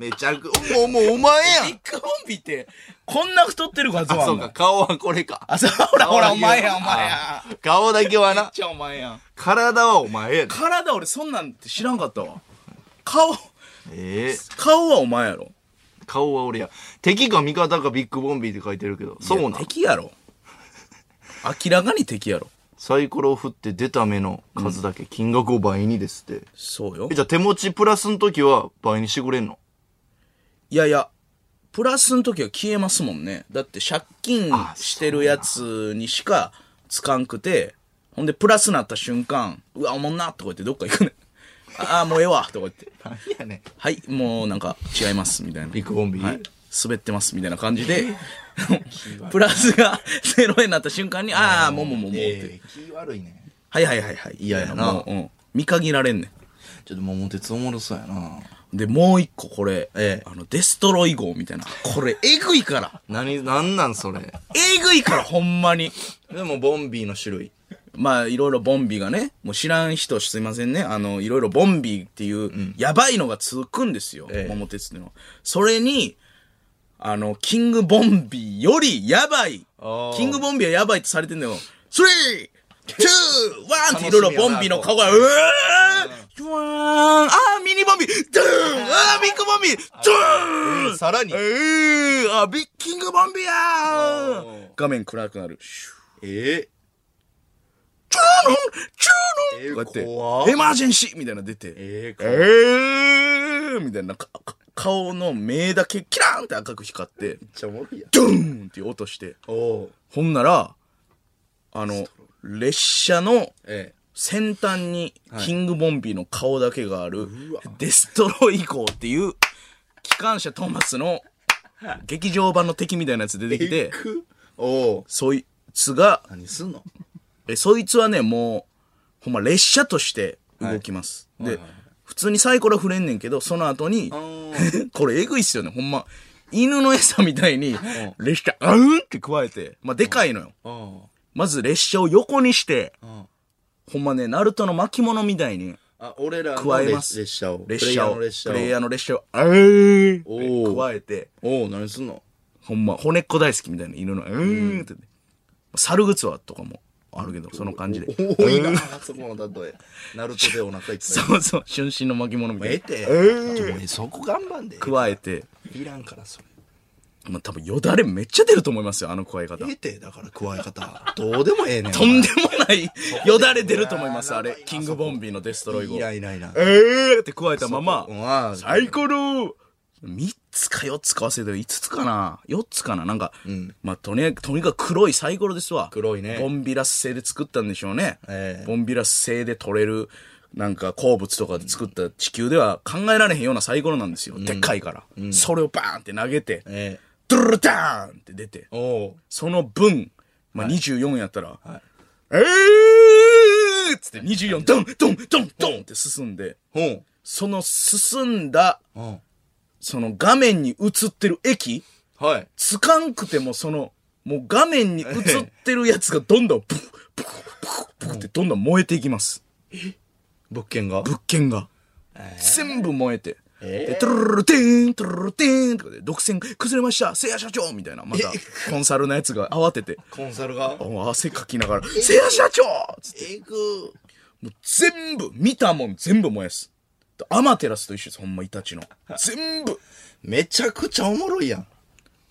めちゃく、もう、もうお前や
ビ
ん。
ッグボンビーって、こんな太ってる画像
あ、
あ
そ
ん
うか、
の
顔はこれか。
あ、そう、ほらほら、お前やん、お前やん。
ん。顔だけは
めっ
な、
ちゃお前やん。
体はお前やで。
体俺そんなんって知らんかったわ。顔、
ええ
顔はお前やろ。
顔は俺や。敵か味方かビッグボンビーって書いてるけど、そうない
や
ん。
敵やろ。明らかに敵やろ。
サイコロを振って出た目の数だけ金額を倍にですって。
そうよ
え、。じゃあ手持ちプラスの時は倍にしてくれんの
いやいや、プラスの時は消えますもんね。だって借金してるやつにしかつかんくて、ほんでプラスなった瞬間、うわ、おもんなとか言ってどっか行くね。ああ、もうええわとか言って。
何やねん。
はい、もうなんか違いますみたいな。
ビッグボンビー、
はい、滑ってますみたいな感 じで、プラスが ゼロ円になった瞬間に、ああ、もうもうもうもうって。
ええ気悪いね。
はいはいはいはい。い
嫌やな
もう、うん。見限られんね
ちょっと桃鉄おもろそうやな。
ん。で、もう一個これ、
ええ
あの、デストロイ号みたいな。これ、えぐ いから。
何、なんなんそれ。
えぐいから、ほんまに。
でも、ボンビーの種類。
まあ、いろいろボンビがね、もう知らん人すいませんね。あの、いろいろボンビっていう、やばいのがつくんですよ。
ええ
桃鉄っていうのは。それに、あの、キングボンビよりやばい
あ。ー
キングボンビはやばいってされてんのよ。スリー、ツー、ワンっていろいろボンビの顔が、うわー、うわーん、あー、ミニボンビ、ドゥーン、 あー、ビッグボンビ、ドゥーン、
さらに
えー、あ、ビッキングボンビや
お
ー
ー
画面暗くなる。シュー
え
チューノンチューノン
えー
こうやっ
怖
て、
っ
エマージェンシーみたいなの出て、
えー
えーみたいな、かか顔の目だけキラーンって赤く光って、
めっちゃおもろいやん。
ドゥーンっていう音して、
おお。
ほんなら、あの、列車の
え
先端にキングボンビーの顔だけがある、デストロイ号っていう、機関車トーマスの劇場版の敵みたいなやつ出て
え
きて、
おお。
そいつが、
何すんの
え、そいつはね、もう、ほんま列車として動きます。で、普通にサイコロ振れんねんけど、その後に、 これえぐいっすよね、ほんま。犬の餌みたいに、列車、あうんって加えて、まあ、でかいのよ。
あ
まず列車を横にして、
ん
ほんまね、ナルトの巻物みたいに、
あ、俺らの
加え
列
ます。
列車を。
列車を。
プレイヤーの列車を。
プレイヤーの列車を、あうん
おー
加えて、
おお、何すんの
ほんま、骨っこ大好きみたいな犬の、うんってね。猿靴はとかもあるけど、その感じで。
多いな、そこの例え。ナルトでお腹いっぱい。
そうそう、春心の巻物みたい
ええ
な
っ。て。お前そこ頑張んで。
加えて、
いらんから、それ。
まあ、多分よだれめっちゃ出ると思いますよ、あの加え方。
ええって、だから加え方。どうでもええねん。
とんでもないよだれ出ると思います、あれ。キングボンビーのデストロイ号。
いら
え
いないな。
ーって加えたま
う
ま、
わあ
サイコロ3つか4つか忘れたけど、5つかな ?4 つかななんか、まあ、とにかく、とにかく黒いサイコロですわ。
黒いね
ボンビラス製で作ったんでしょうね。
ええ
ボンビラス製で取れる、なんか鉱物とかで作った地球では考えられへんようなサイコロなんですよ。でっかいから。それをバーンって投げて、
え
ドゥルルダーンって出て、
え。おお。
その分、まあ、24やったら、ええーっつって24、ドン、ドン、ドン、ドンって進んで、
ほん。
その進んだ、
うん。
その画面に映ってる駅、
はい。
つかんくてもその、もう画面に映ってるやつがどんどんプクプクプクプクってどんどん燃えていきます。
物件が。
物件が。全部燃えて。
えー
で、トゥルルルテーン、トゥルルルテーンとかで、独占崩れました、せいや社長みたいな、また、コンサルのやつが慌てて、
コンサルが。
もう汗かきながら、せいや社長つって
えぐ。
もう全部、見たもん全部燃やす。アマテラスと一緒です、ほんま、イ タチの。全部。
めちゃくちゃおもろいやん。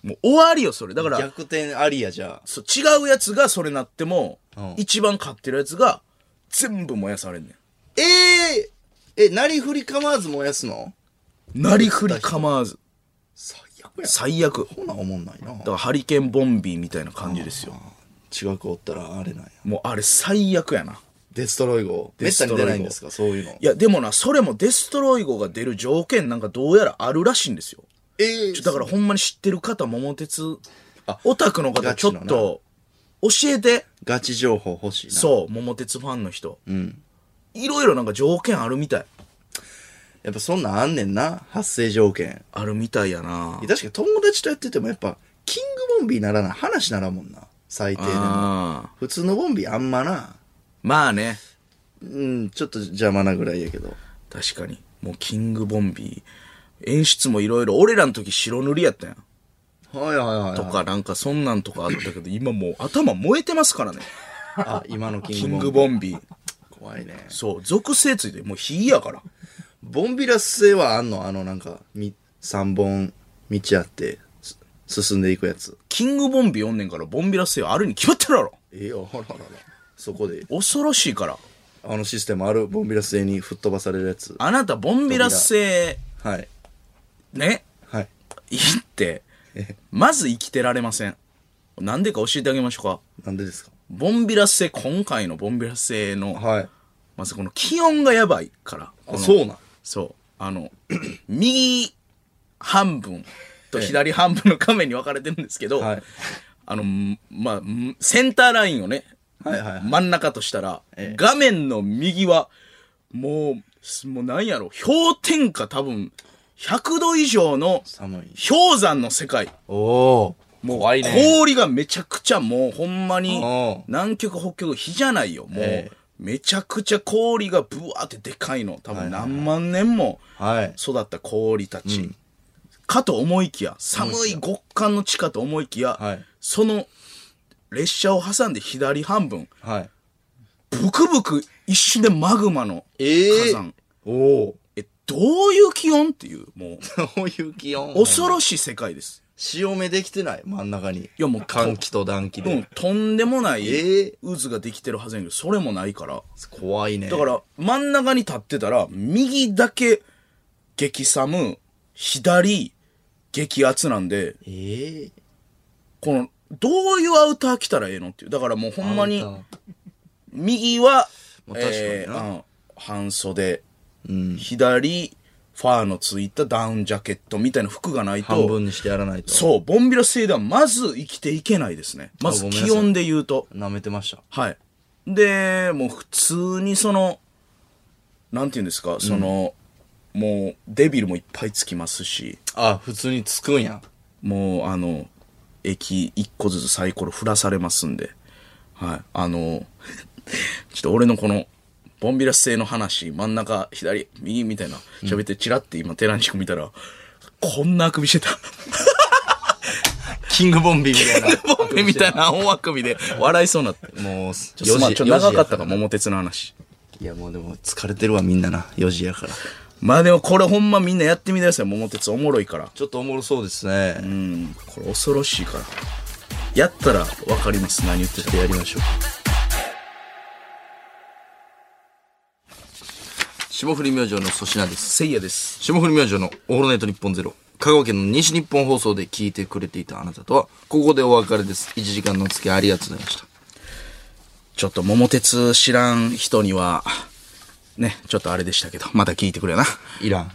もう終わりよ、それ。だから、
逆転ありやじゃあ。
そう違うやつがそれなっても、
うん
一番買ってるやつが全部燃やされんね
えええ、なりふり構わず燃やすの
んなりふり構わず
最悪やん。
最悪
こんなんおもんないな
だ。からハリケーンボンビーみたいな感じですよ
違くおったらあれなんや。
もうあれ最悪やな
デストロイ号。め
デ
っ
ス
た
トロ
に
イ号
出ないんですかそういうの。
いやでもなそれもデストロイ号が出る条件なんかどうやらあるらしいんですよ
ええ
ちょだからほんまに知ってる方桃鉄
あ
オタクの方
ガチ
ちょ
のな
っと教えて
ガチ情報欲しいな。う。
そう桃鉄ファンの人
うん。
いろいろなんか条件あるみたい
やっぱそんなんあんねんな。発生条件。
あるみたいやない
や確かに友達とやっててもやっぱ、キングボンビーならな、話ならんもんな。最低でも。
あー
普通のボンビーあんまな。
まあね
うん、ちょっと邪魔なぐらいやけど。
確かにもうキングボンビー演出もいろいろ俺らの時白塗りやったやん
はいはいはいはい。
とかなんかそんなんとかあったけど今もう頭燃えてますからね
あ、今のキ
キ
ン
ン
グ
グ
ボン
ボンビー
ビー。怖いね。
そう属性ついてもう火やから
ボンビラス性はあんのあのなんか、み、三本道あって、す進んでいくやつ。
キングボンビーおんねんからボンビラスよあるに決まってるやろ
ええよ、あららら。そこで、
恐ろしいから
あのシステムあるボンビラス性に吹っ飛ばされるやつ。
あなたボンビラス性
はい。
ね
はい。
いいって
え、
まず生きてられませんなんでか教えてあげましょうか
なんでですか
ボンビラス性今回のボンビラス性の
はい。
まずこの気温がやばいから
あ、
この
そうなん。
そう。あの、 右半分と左半分の画面に分かれてるんですけど、
はい
あの、んまあ、んセンターラインをね、
はいはいはい
真ん中としたら、画面の右は、もうす、もうなんやろ、氷点下多分、100度以上の
寒い。
氷山の世界。
おお。もう怖い
氷がめちゃくちゃもうほんまに
うん、
南極北極日じゃないよ。も
え
う
え、
めちゃくちゃ氷がブワーってでかいの。多分何万年も、
はい。
育った氷たち、かと思いきや寒い極寒の地下と思いきや、
はい
その列車を挟んで左半分
はい。
ブクブク一瞬でマグマの火山、
お お。
えどういう気温っていうも
どういう気温
う恐ろしい世界 です、
潮目できてない真ん中に。い
やもう
寒気と暖気
う
で。
ん、とんでもない
ええ
渦ができてるはずやけどそれもないから
怖いね。
だか、ら真ん中に立ってたら右だけ激寒左激圧なんで
ええ
この、どういうアウター着たらええのっていう。だからもうほんまに、右は、
まあ
え
確かに
ーうん半袖、
うん。
左、ファーのついたダウンジャケットみたいな服がない
半
と、
分にしてやらないと。
そう、ボンビラス製ではまず生きていけないですね。ま
あ
ず
ごめんなさい
気温で言うと。
舐めてました。
はい。で、もう普通にその、なんて言うんですか、その、もうデビルもいっぱいつきますし、
あ、普通につくんや。
もうあの、駅一個ずつサイコロ振らされますんで、はい、あの、 ちょっと俺のこの、ボンビラス製の話、真ん中、左、右みたいな、喋って、チラって今、寺西君見たら、こんなあくびしてた。
キングボンビーみたいな。
ボンビみたいな大あくびで、笑いそうになって。
もう、
ちょっとまあちょっと長かったか、
も。
桃鉄の話。
いや、もうでも疲れてるわ、みんなな。4時やから。
まあでもこれほんまみんなやってみてください、桃鉄おもろいから。
ちょっとおもろそうですね。
うん、これ恐ろしいから。やったらわかります、何言っ
ち
て
ょ
て
っとやりましょう。霜降り明星の粗品です。
せいやです。
霜降り明星のオールナイトニッポンゼロ。香川県の西日本放送で聞いてくれていたあなたとは、ここでお別れです。1時間のお付き合いありがとうございました。
ちょっと桃鉄知らん人には、ね、ちょっとあれでしたけど、また聞いてくれな。
いらん。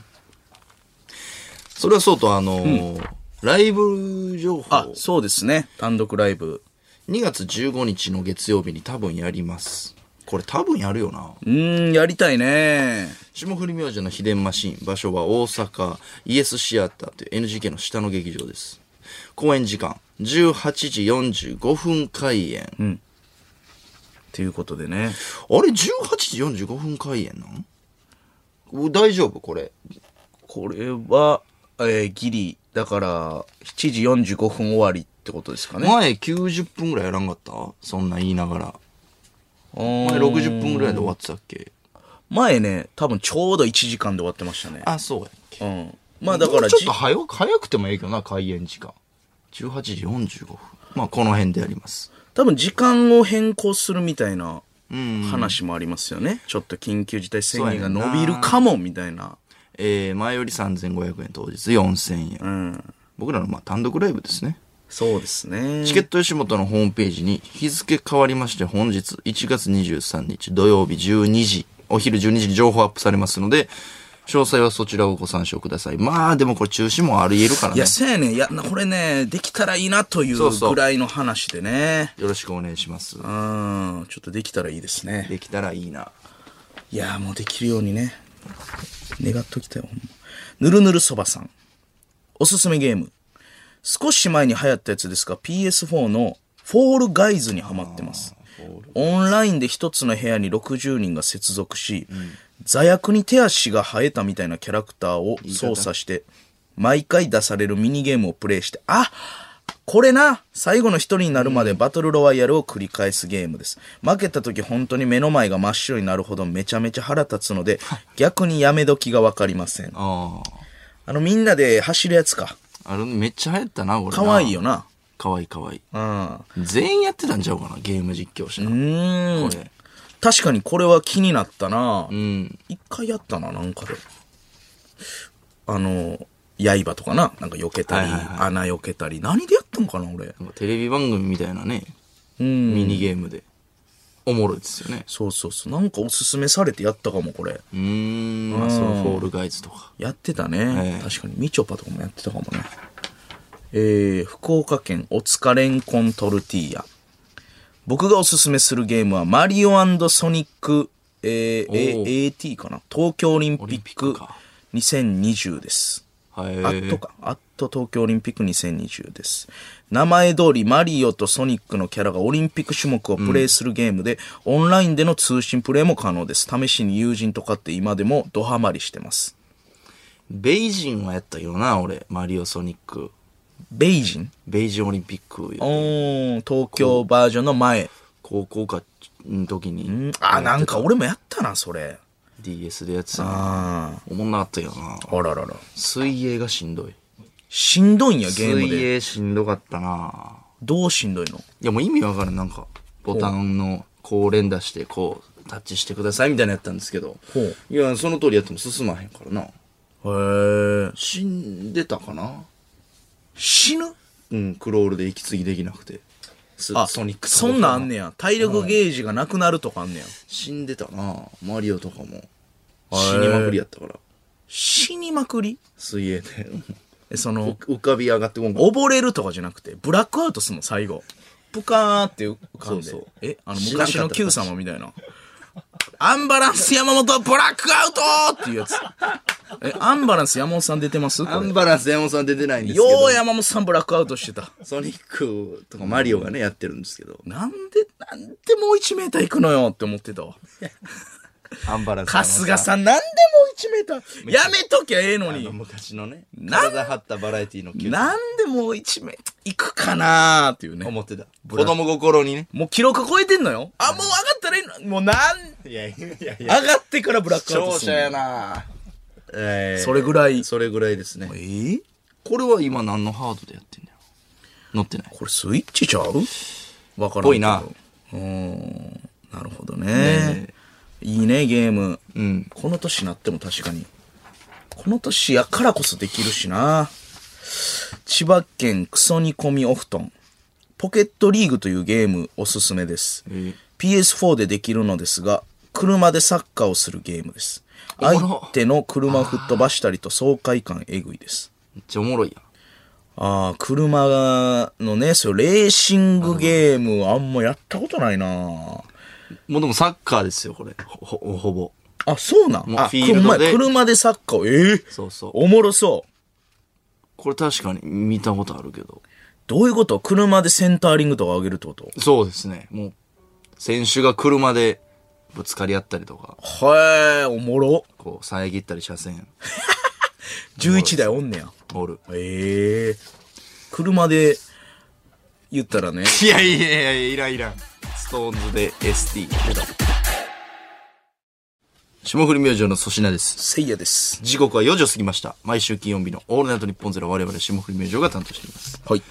それはそうと、あのーライブ情報
あ、そうですね。単独ライブ。
2月15日の月曜日に多分やります。これ多分やるよな。
うーん、やりたいね。
霜降り明星の秘伝マシン場所は大阪イエスシアターという NGK の下の劇場です公演時間18時45分開演、
ということでね。
あれ18時45分開演なんお大丈夫これ
これは、えーギリ、だから、7時45分終わりってことですかね。
前90分ぐらいやらんかったそんなん言いながら
前
前60分ぐらいで終わってたっけ
前ね、多分ちょうど1時間で終わってましたね。
あそうやっけ
うん。まあだから
もうちょっ
じ
と早く早くてもええけどな開演時間18時45分まあこの辺でやります
多分時間を変更するみたいな
うん
話もありますよね。ちょっと緊急事態宣言が
そうやねん
伸
な
びるかも、みたいな。
えー、前より3500円当日4000円
うん。
僕らのまあ単独ライブですね。
そうですね。
チケット吉本のホームページに日付変わりまして本日1月23日土曜日12時、お昼12時に情報アップされますので、詳細はそちらをご参照ください。まあでもこれ中止もあり得るから
い
ね
や、。そうやねん。いや、なこれね、できたらいいなという
そうそう
ぐらいの話でね。
よろしくお願いします。
うん。ちょっとできたらいいですね。
できたらいいな。
いやーもうできるようにね。願っときたよ、ほんまぬるぬるそばさん。おすすめゲーム。少し前に流行ったやつですが、PS4 のフォールガイズにハマってます。オンラインで一つの部屋に60人が接続し、座薬に手足が生えたみたいなキャラクターを操作して、毎回出されるミニゲームをプレイして、あこれな最後の一人になるまでバトルロワイヤルを繰り返すゲームです。負けた時本当に目の前が真っ白になるほどめちゃめちゃ腹立つので、逆にやめ時がわかりません。
あ
あのみんなで走るやつか。
あ。あれめっちゃ流行ったな、これな。
可愛いよな。
かわいいかわいい。
うん。
全員やってたんちゃうかな、ゲーム実況者。
うん
これ。
確かにこれは気になったな
う。ん。
一回やったな、なんかで。あの、刃とかな、なんか避けたり、
はいはいはい
穴避けたり、何でやったんかな、俺。
なんかテレビ番組みたいなね、
うん。
ミニゲームで。おもろいですよね。
そうそうそう。なんかおすすめされてやったかも、これ。
うーん。まあそのフォールガイズとか。
やってたね。
ええ
確かに、みちょぱとかもやってたかもね。えー、福岡県おつかれんコントルティーヤ。僕がおすすめするゲームは、マリオソニック、えー、
おう
A- AT かな東京オリンピ
オリン
ッ
ピック
ク
か
2020です。
はい。
アットか。アット東京オリンピック2020です。名前通りマリオとソニックのキャラがオリンピック種目をプレイするゲームで、オンラインでの通信プレイも可能です。試しに友人とかって今でもドハマりしてます。
ベイジンはやったけどな、俺。マリオソニック。
ベイジン
ベイジンオリンピック。
おー東京バージョンの前。
高校か、の時に。
あ、なんか俺もやったな、それ。
DS でやってたな。
あ
おもんなかったけどな。
あ。あららら。
水泳がしんどい。
しんどいんや、ゲーム
水
で。
泳しんどかったな。
どうしんどいの
いや、もう意味わからん。なんか、ボタンの、こう連打して、こう、タッチしてくださいみたいなやったんですけど
ほう。
いや、その通りやっても進まへんからな。
へえ。
死んでたかな
死ぬ
うん、クロールで息継ぎできなくて。ス
あ、
ソニック
そんなんあんね
や。
や。体力ゲージがなくなるとかあんねや。
死んでたなマリオとかも
へー
死にまくりやったから
死にまくり
水泳で
えそうの、
浮かび上がってこんかった
溺れるとかじゃなくて、ブラックアウトすんの、最後。ぷかーって浮かんで。
そうそう
え、あの、
知らんかっ
昔
た
の Q 様みたいな。アンバランス山本ブラックアウトーっていうやつ。え、アンバランス山本さん出てますこ
ア
れ
ンバランス山本さん出てないんですけ
よ
ど
う山本さんブラックアウトしてた。
ソニックとかマリオがねやってるんですけど
なんで、なんでもう1メーター行くのよって思ってたわ。
アンバランス
春日さん、なんでもう1メーター。やめときゃええの
あ
に
の。昔のね
なん
体張ったバラエティの Q
なんでもう1メーター行くかなーっていうね。
思ってた子供心にね
もう記録超えてんのよ。あ、もう上がったらいいのもうなん、
いやいやい
上がってからブラックアウト
勝
する
者
の
やなえー
それぐらい。
それぐらいですね
えー
これは今何のハードでやってんだよ乗ってない
これスイッチちゃうわからんけど。
ぽいな
うーん。なるほどね。いいね、ゲーム。
うん
この年になっても確かに。この年やからこそできるしな。千葉県クソ煮込みお布団。ポケットリーグというゲームおすすめです。
え
PS4 でできるのですが、車でサッカーをするゲームです。相手の車を吹っ飛ばしたりと爽快感えぐいです。
めっちゃおもろいやん
ああ、車のね、そう、レーシングゲーム、あんまやったことないな
もうでもサッカーですよ、これ。ほ、ほほぼ。
あ、そうなん
もう
あ、
フィールドで
車車でサッカーを、ええ
そうそう
おもろそう。
これ確かに見たことあるけど。
どういうこと車でセンターリングとか上げるってこと
そうですね。もう、選手が車でぶつかり合ったりとか、
はい、おもろ。
こう、遮ったり車線、
11台おんねや。
おる。
ええ車で、言ったらね。
いやいやいやいや、いらんいらん。ストーンズで ST。霜降り明星の粗品です。
せいやです。
時刻は4時を過ぎました。毎週金曜日のオールナイト日本ゼロ我々霜降り明星が担当しています。
はい。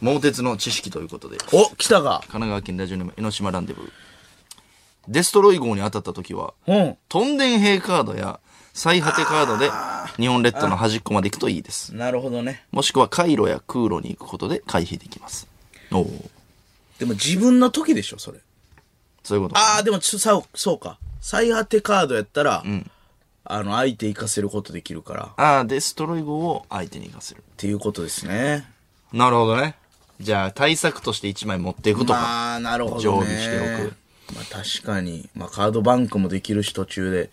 桃鉄の知識ということで、神
お、来たか。
奈川県ラジオネーム江ノ島ランデブー。デストロイ号に当たった時は、
うん。
トンデン兵カードや最果てカードで日本列島の端っこまで行くといいです。
なるほどね。
もしくはカイロや空路に行くことで回避できます。おお、
でも自分の時でしょ、それ。
そういうこと。
ああ、でもちょさ、そうか。最果てカードやったら、あの、相手行かせることできるから。っ
ああ、デストロイ号を相手に行かせる。
ていうことですね。
なるほどね。じゃあ対策として1枚持っていくとか。
まあ、なるほど、ね。
常備しておく。
まあ、確かに。まあ、カードバンクもできるし、途中で。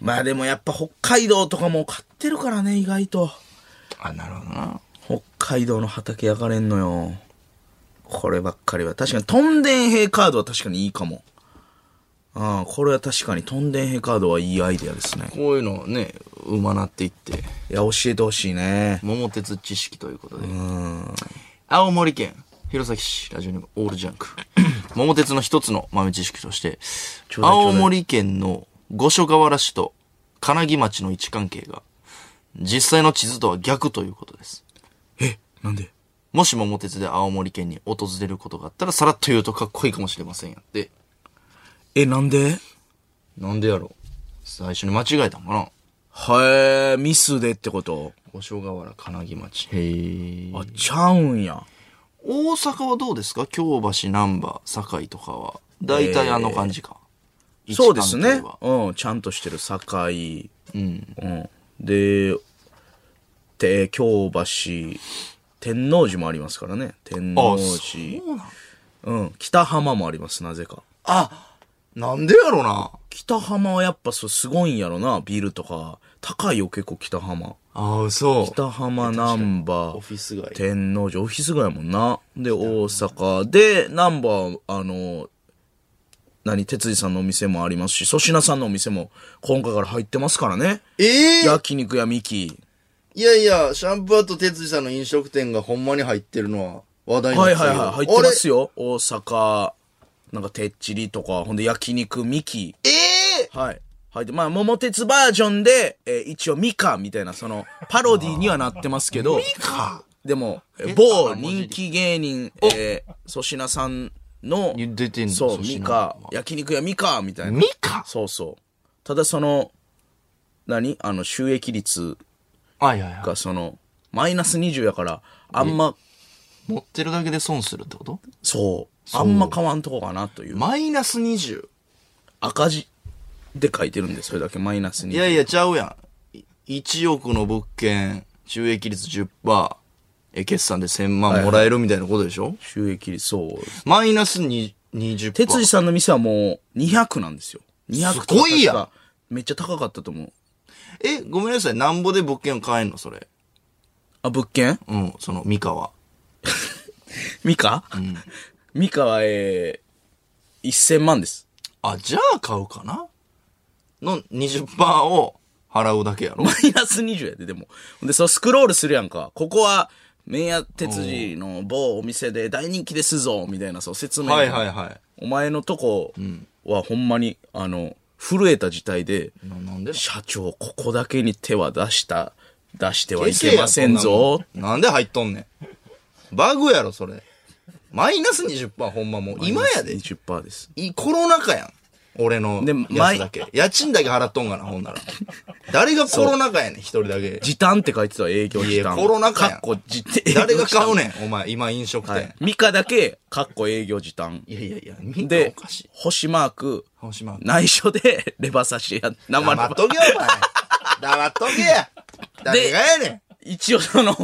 まあ、でもやっぱ北海道とかも買ってるからね、意外と。
あなるほどな。
北海道の畑焼かれんのよ。こればっかりは。確かに、トンデン兵カードは確かにいいかも。うん、これは確かに、トンデン兵カードはいいアイデアですね。
こういうのね、うまなっていって、
いや、教えてほしいね。
桃鉄知識ということで。青森県、弘前市、ラジオネーム、オールジャン ク。桃鉄の一つの豆知識として、
ちょうだいちょうだ
青
い
森県の五所川原市と金木町の位置関係が、実際の地図とは逆ということです。
え、なんで
もし桃鉄で青森県に訪れることがあったら、さらっと言うとかっこいいかもしれませんやって。
え、なんで
なんでやろう最初に間違えたんかな
はえ、ミスでってこと
五所川原金木町。へえ。
あ、ちゃうんや。
大阪はどうですか京橋、南波、堺とかは。大体あの感じか。位置
そうです
関
ね
係は。
うん、ちゃんとしてる堺。うん。で、て、京橋、天王寺もありますからね。天王
あ、
寺。
そうなん
うん、北浜もあります、なぜか。
あ、なんでやろな。
北浜はやっぱそう、すごいんやろな、ビルとか。高いよ、結構北浜。
ああ、そ
北浜南波
オフィス街
天王寺オフィス街やもんなで大阪で南波あの何哲司さんのお店もありますし粗品さんのお店も今回から入ってますからね
う。ええ
焼肉やミキ
いやいや、シャンプーアット哲司さんの飲食店がほんまに入ってるのは話題
はいはいはい入ってます
よ。
よ大阪なんかてっちりとかほんで焼肉ミキ
ええ
はい入ってまあ桃鉄バージョンで、えー一応ミカみたいなそのパロディにはなってますけどミ
か。
でも、え
え
某
あ文字
人気芸人、えー粗品さんの、
出てんの
そう、
粗品
ミカ、焼肉屋ミカみたいな。
カ
そうそう。ただその、何あの、収益率
はいはいは
がその、マイナス20やから、あんま、
い。持ってるだけで損するってこと
そう、あんま変わんとこかなという。
マイナス 20?
赤字で書いてるんで、それだけマイナス
い
に。
やいや、ちゃうやん。い1億の物件、収益率10%、え、決算で1000万もらえるみたいなことでしょ、
収益率、そう。
マイナスに20%。
哲司さんの店はもう200なんですよ。200とか確か
すごいやん
めっちゃ高かったと思う。
え、ごめんなさい。なんぼで物件を買えんのそれ。
あ、物件
うん、その、三河。
ミカ、ミカは、えー、1000万です。
あ、じゃあ買うかなの20%を払うだけやろ
マイナス20やで、でも。ほんで、そうスクロールするやんか。ここは、名屋哲司の某お店で大人気ですぞ、みたいな、そう説明。
はいはいはい。
お前のとこは、ほんまに、あの、震えた事態で、
ななんで
社長、ここだけに手は出した、出してはいけませんぞ。
ななんで入っとんねん。バグやろ、それ。マイナス20%ほんまもう。今やで。
20%です。
いコロナ禍やん。俺の
で
やつだけ。家賃だけ払っとんがな、ほんなら。誰がコロナ禍やねん、一人だけ。
時短って書いてたわ営業
い
時
や
短。
コロナ禍やん
かっこ時短
誰が買う
ね
ねん、お前、今飲食店。い、
ミカだけ、かっこ営業時短。
やいやいや、みんなお
で
かしい。、
星マーク、
星マーク
内緒で、 レバ刺しや、生
黙
レバ
っとけよ、お前。黙っとけや。誰がやねん。
一応その、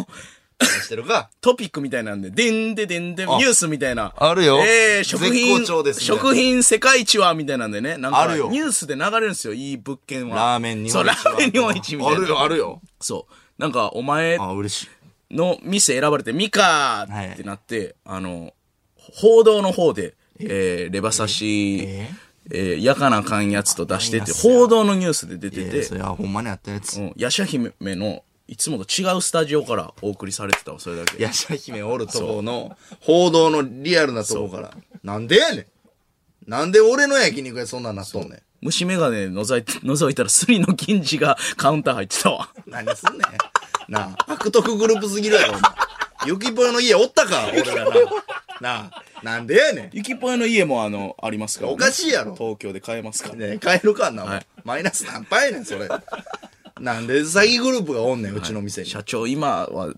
知ってるか
トピックみたいなんで、でんででんでん、ニュースみたいな。
あるよ
ええ食
絶
品、
好調ですね
食品世界一は、みたいなんでね。なんか、
あるよ
ニュースで流れるんですよ、いい物件は。
ラーメン日
そ
本
う、
一
ラ
は
ーメン日本一みたいな。
あるよあるよ。
そう。なんか、お前
あ、嬉しい。
の店選ばれて、ミカ
はい
ーってなって、あの、報道の方で、えー、レバ刺し、え
え
ーやかなかんやつと出してって、報道のニュースで出
い
て
や
て、
それはほんまにあったやつ
う。ん、ヤシャ姫の、いつもと違うスタジオからお送りされてたわ、それだけ。
ヤシャ姫おるとこの報道のリアルなとこから。なんでやねん。なんで俺の焼肉屋そんなんなっとんねん。
虫眼鏡覗い て、覗いたらスリの銀次がカウンター入ってたわ。
何すんねん。なあ、悪徳グループすぎるやろ、お前。ゆきぽよの家おったか、俺らな。なあ、なんでやねん。
ゆきぽよの家もあの、ありますから、
おかしいやろ
東京で買えますから。
ねえ帰るかんな、
はい
マイナス何倍やねん、それ。なんで詐欺グループがおんねん、うちの店に。
社長、今は、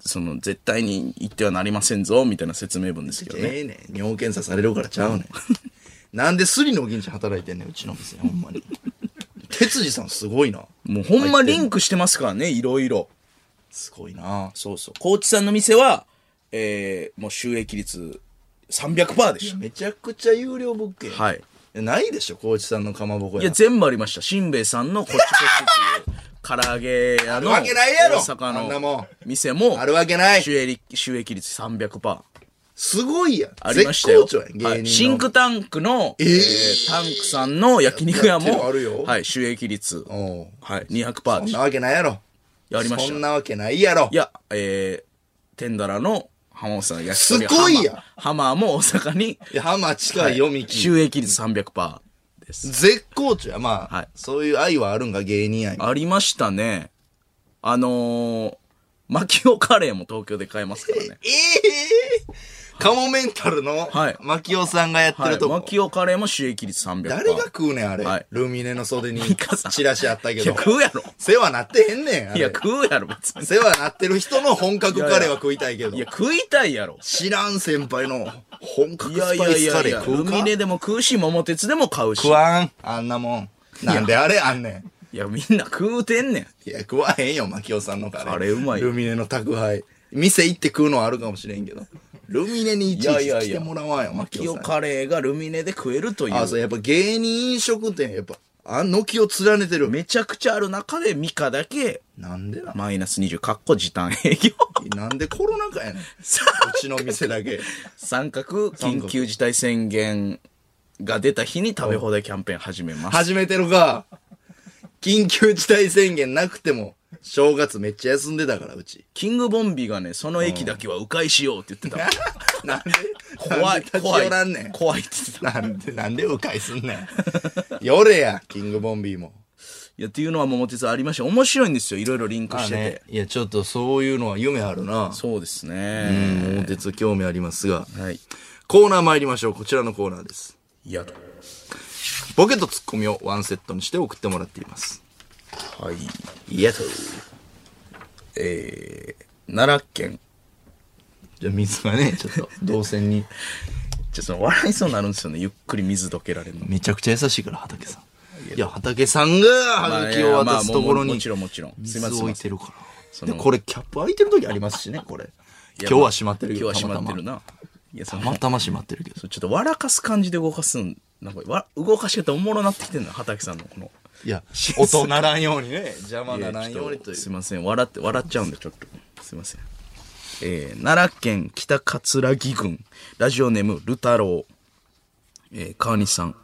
その、絶対に行ってはなりませんぞ、みたいな説明文ですけどね。
ええねん。尿検査されるからちゃうねん。なんでスリの銀ちゃん働いてんねん、うちの店、ほんまに。哲司さんすごいな。
もうほんまリンクしてますからね、いろいろ。
すごいな。
そうそう。高知さんの店は、えー、もう収益率300%でし
めちゃくちゃ有料物件。
た。はい。い
いやないでしょ、高知さんのかまぼこや。
や、全部ありました。しんべヱさんのこっちこっちっていう、唐揚げ屋の、
あるわけないやろ
大阪
あんなもん
の店も、
あるわけない。
収益収益率300%。
すごいやん。
ありましたよ。
絶好調やん、
は
芸人の。
い、シンクタンクの、えータンクさんの焼肉
や
屋
ってる
も、
あるよ
はい、収益率、は
おう
い、200%
そ
で
ん
し
な
た。
わけないやろ。
やりました
そんなわけないやろ。
いや、えー、テンダラの浜本さんの焼き鳥
すごいやん
ハマハマーも大阪に、
いや、浜近い読み切
収益率300%です。
絶好調や。まあ、
はい
そういう愛はあるんか、芸人愛も。
ありましたね。あのー、マキオカレーも東京で買えま すからね。
ええカモメンタルの、
はい
マキオさんがやって
は
る
い、
とこ。
マキオカレーも収益率300%。
誰が食うねん、あれ。
はい
ルミネの袖に
ミカさん
チラシあったけ
い
ど
や、。食うやろ。
世話なってへんねん、あ
いや、
れ。
食うやろ、別に。
世話なってる人の本格カレーは食いたいけど
いや、。食いたいやろ。
知らん先輩の本格
いや
ス
い
パ
や
イ
い
スカ
やい
レー
や、
食うか
海ででも食うし、桃鉄でも買うし。
食わん、あんなもん。なんであれあんねん。
いや、みんな食うてんねん。
いや、食わへんよ、マキオさんのカレー。
カレーうまいよ
ルミネの宅配。店行って食うのはあるかもしれんけど。ルミネにいちいち来てもらわんよ、マキ
キ
オ
オ
さん。
カレーがルミネで食えるとい
あ、そう、
う。
やっぱ芸人飲食店、やっぱ、あの気を連ねてる。
めちゃくちゃある中で、ミカだけ、
なんでな。
マイナス20、かっこ時短営業。
なんでコロナ禍やねん。うちの店だけ。
三角、緊急事態宣言が出た日に食べ放題キャンペーン始めます。
始めてるか。緊急事態宣言なくても、正月めっちゃ休んでたから、うち。
キングボンビーがね、その駅だけは迂回しようって言ってた。
なんでな
怖い、
んで立ち
怖い
寄らんねん。。
怖いって言ってた。
なんで、なんで迂回すんねん。よれや、キングボンビーも。
いや、っていうのは桃鉄ありました。面白いんですよ。いろいろリンクしてて。
いや、ちょっとそういうのは夢あるな。
そうです
う
ね。
ん、桃鉄興味ありますが。
はい。
コーナー参りましょう。こちらのコーナーです。
いや、
ボケとツッコミをワンセットにして送ってもらっています。
はい。
いやと。
えー、奈良県。
じゃあ水が ね、ちょっと、動線に。
ちょっと笑いそうになるんですよね。ゆっくり水どけられるの。
めちゃくちゃ優しいから、畑さん。いや、畑さんが、はがきを渡すところ
まあいやまあもうも
に
ち、ろんもちろん。すいません。
水
すい
置
ま
い
せ
て
ん
るから。で、これ、キャップ開いてる時ありますしね、これ。今日は閉まってるけど、
今日は閉まってる
な。
な。いや、そ
た
の
またま閉まってるけ ど。
ちょっと笑かす感じで動かすん。なんか、わ動かし方おもろなってきてんの、畑さんのこの。
いや、音ならんようにね、邪魔ならんようにという
すいません。笑って、笑っちゃうんで、ちょっと。すいません。えー、奈良県北葛城郡、ラジオネーム、ルタロウ。えー、川西さん。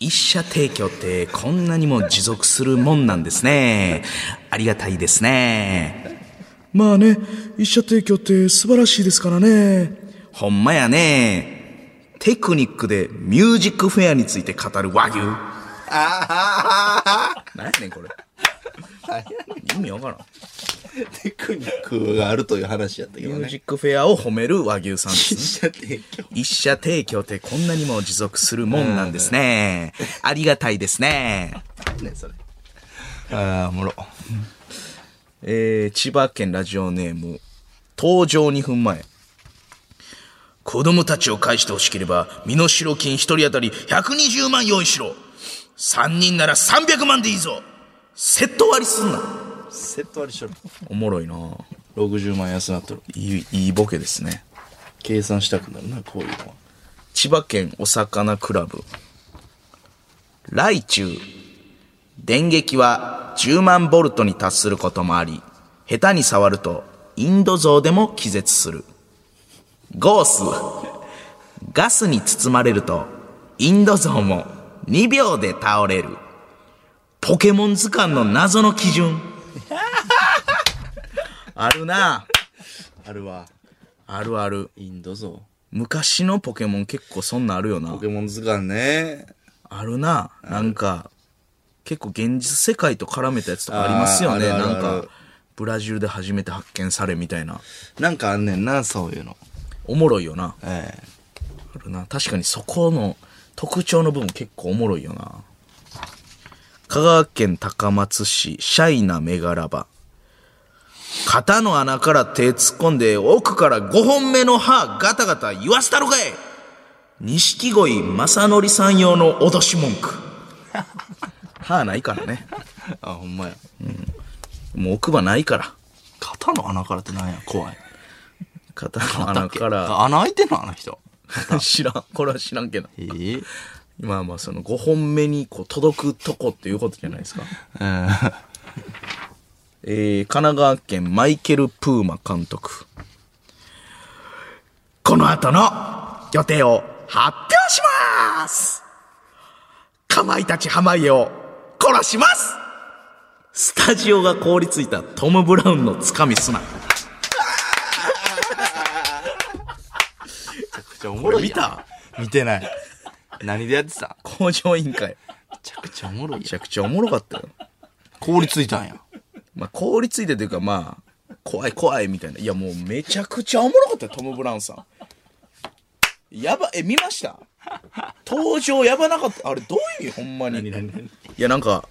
一社提供ってこんなにも持続するもんなんですね。ありがたいですね。まあね、一社提供って素晴らしいですからね。ほんまやね。テクニックでミュージックフェアについて語る和牛。
あ
何やねんこれ。意味わからん。
あ、テクニックがあるという話やったけ
ミ
ど
ュー
ね。
ジックフェアを褒める和牛さんです
実
ね。
写提供。
一社提供ってこんなにも持続するもんなんですね。ありがたいですね。
ね、それ。ああ、おもろ。
えー、千葉県ラジオネーム、登場2分前。子供たちを返してほしければ、身代金1人当たり120万用意しろ。3人なら300万でいいぞ。セット割りすんな。
セット割りしろ。
おもろいな
60万円安なっとる。
いいいいボケですね
計算したくなるな、こういうのは。
千葉県お魚クラブライチュウ電撃は10万ボルトに達することもあり下手に触るとインド像でも気絶するゴースガスに包まれるとインド像も2秒で倒れるポケモン図鑑の謎の基準あるな
あるわ。
あるある
インド像。
昔のポケモン結構そんなんあるよな
ポケモン図鑑ね。
あるな。なんか、結構現実世界と絡めたやつとかありますよね。
あーあるあるある
なんか、ブラジルで初めて発見されみたいな。
なんかあんねんな、そういうの。
おもろいよな。
ええ
あるな。確かにそこの特徴の部分結構おもろいよな。香川県高松市、シャイなメガラバ。肩の穴から手突っ込んで奥から5本目の歯ガタガタ言わせたろかい錦鯉正則さん用の脅 し文句。歯ないからね。
あ、ほんまや。
もう奥歯ないから。
肩の穴からってなんや、怖い。
肩の穴か
あ
ら。
穴開いてんのあの人。
知らん。これは知らんけど。
ええ
まあまあ、その5本目にこう届くとこっていうことじゃないですか。
うん。
えー、神奈川県マイケル・プーマ監督。この後の予定を発表しますかまいたち濱家を殺しますスタジオが凍りついたトム・ブラウンのつかみすな。
じゃあおもろいやん。
見た
見てない。何でやってた
工場委員会。
めちゃくちゃおもろい
め
や
ちゃくちゃおもろかったよ。
ん。凍りついたんや。
まあ、凍りついてというか、まあ、怖い怖いみたいな。いや、もうめちゃくちゃおもろかったよ、トム・ブラウンさん。やば、え、見ました登場やばなかった。あれ、どういう意味ほんまに。いや、なんか、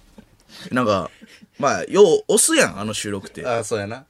なんか、まあ、よう押すやん、あの収録って。
あ、そうやな。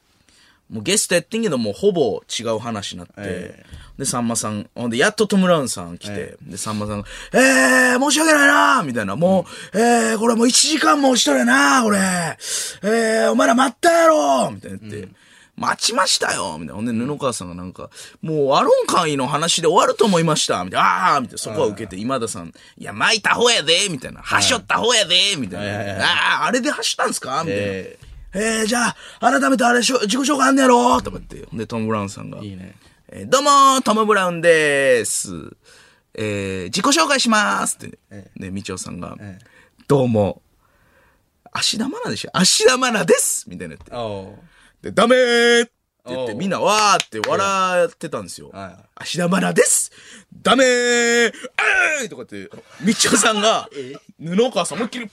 もうゲストやってんけど、もうほぼ違う話になって。
え
で、さんまさん、ほんで、やっとトム・ラウンさん来て、で、さんまさんが、えー、申し訳ないなーみたいな、もう、えー、これもう1時間も押しとるやなーこれ。えー、お前ら待ったやろーみたいな言って。待ちましたよみたいな。ほんで、布川さんがなんか、もう、アロン会の話で終わると思いましたみたいな。あーみたいな。そこは受けて、今田さん、いや、巻いた方やでみたいな。はしょった方やでみたい
はいはい
な。あー、あれで走ったんすかみたいな。
え
えー、じゃあ、改めてあれしょ、自己紹介あんねやろとか言って。で、トム・ブラウンさんが。
いいね。
えーどうもー、トム・ブラウンでーす。えー、自己紹介しますって、ね。で、みちおさんが、どうも、芦田愛菜でしょ芦田愛菜ですみたいな言って。
お
で、ダメーって言って、
おう
みんなわーって笑ってたんですよ
は。
芦田愛菜ですダメーえーいとかって、みちおさ んが、布川さん思いっきりバ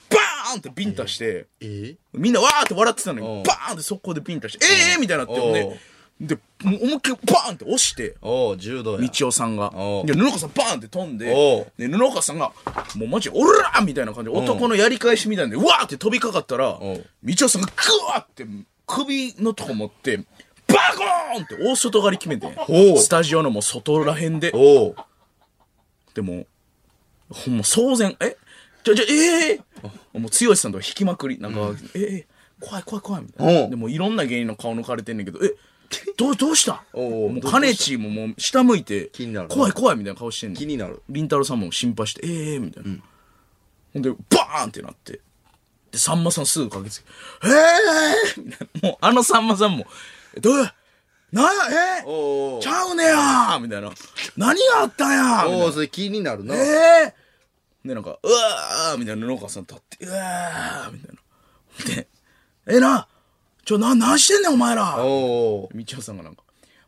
ーンってビンタして、
え
みんなわーって笑ってたの
おう
に、バーンって速攻でビンタして、ええーみたいになって、ほん
おう
で、で、もう思いっきりバーンって押して、
おう柔道や。
道夫さんが
おう
で布川さんバーンって飛んで
おう
で布川さんがもうマジオラーみたいな感じで男のやり返しみたいなんでうわーって飛びかかったら
おう
道夫さんがグワーって首のとこ持ってバコーンって大外刈り決めて
おう
スタジオのもう外らへんで
おう
でもほんま騒然えじゃじゃええもう剛さんとか引きまくりなんか、ええ怖い怖い怖いみたい
お
な
う
でもいろんな芸人の顔抜かれてんねんけどえどうどうした
おう
もう
どう
カネチーももう下向いて
気になるな
怖い怖いみたいな顔してんねん
気になる。
りんたろーさんも心配して「ええー」みたいな、ほんでバーンってなってでさんまさんすぐ駆けつけ「ええー!」みたいなもうあのさんまさんも「どうやなんやえー
おう
ちゃうねや!」みたいな「何があったんや!」みたい
お
な
うそれ気になるな。
えー、で、なんか、うわーみたいな、布川さん立って、うわーみたいな。で、えな、ちょ、な、何してんねん、お前ら
おお
みちおさんがなんか、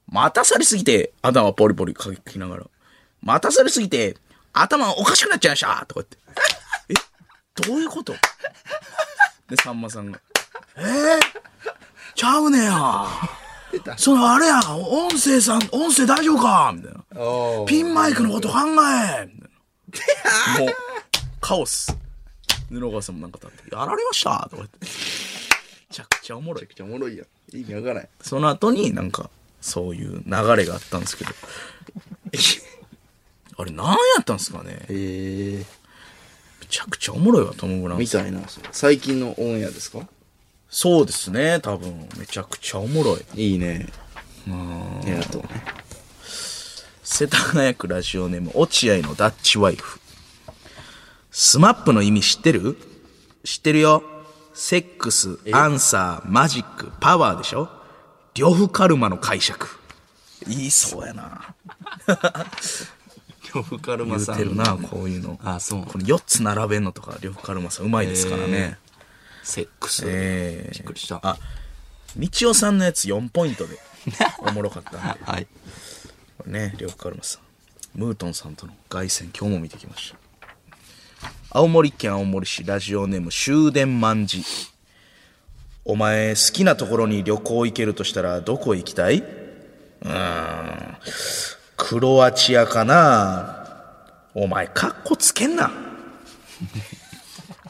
待たされすぎて、頭ポリポリかきながら、待たされすぎて、頭おかしくなっちゃいましたとか言って。え、どういうことで、さんまさんが、えー、ちゃうねや。そのあれや、音声さん、音声大丈夫かみたいな。
おう
ピンマイクのこと考 えみたいなもう、カオス。布川さんもなんか立って、やられましたとか言って。めちゃくちゃおもろい。
めちゃおもろいやん。意味わからない。
その後になんか、そういう流れがあったんです けど。あれ、なんやったんですかね
ええ
めちゃくちゃおもろいわ、トム・ブラウン
み
さん。
たいな。最近のオンエアですか
そうですね、多分。めちゃくちゃおもろい。
いいね。ありがとうね。
世田谷区ラジオネーム落合のダッチワイフスマップの意味知ってる知ってるよセックスアンサーマジックパワーでしょ呂布カルマの解釈言いそうやな
呂布カルマ
言う
さん。
てるなこういうの
あそう
この4つ並べんのとか呂布カルマさんうまいですからね
セックス。
ええ
びっくりした
あ道夫さんのやつ4ポイントでおもろかったんで
はい。
ね呂布カルマさんムートンさんとの凱旋今日も見てきました青森県青森市ラジオネーム終電万事お前好きなところに旅行行けるとしたらどこ行きたいうーんクロアチアかなお前カッコつけんな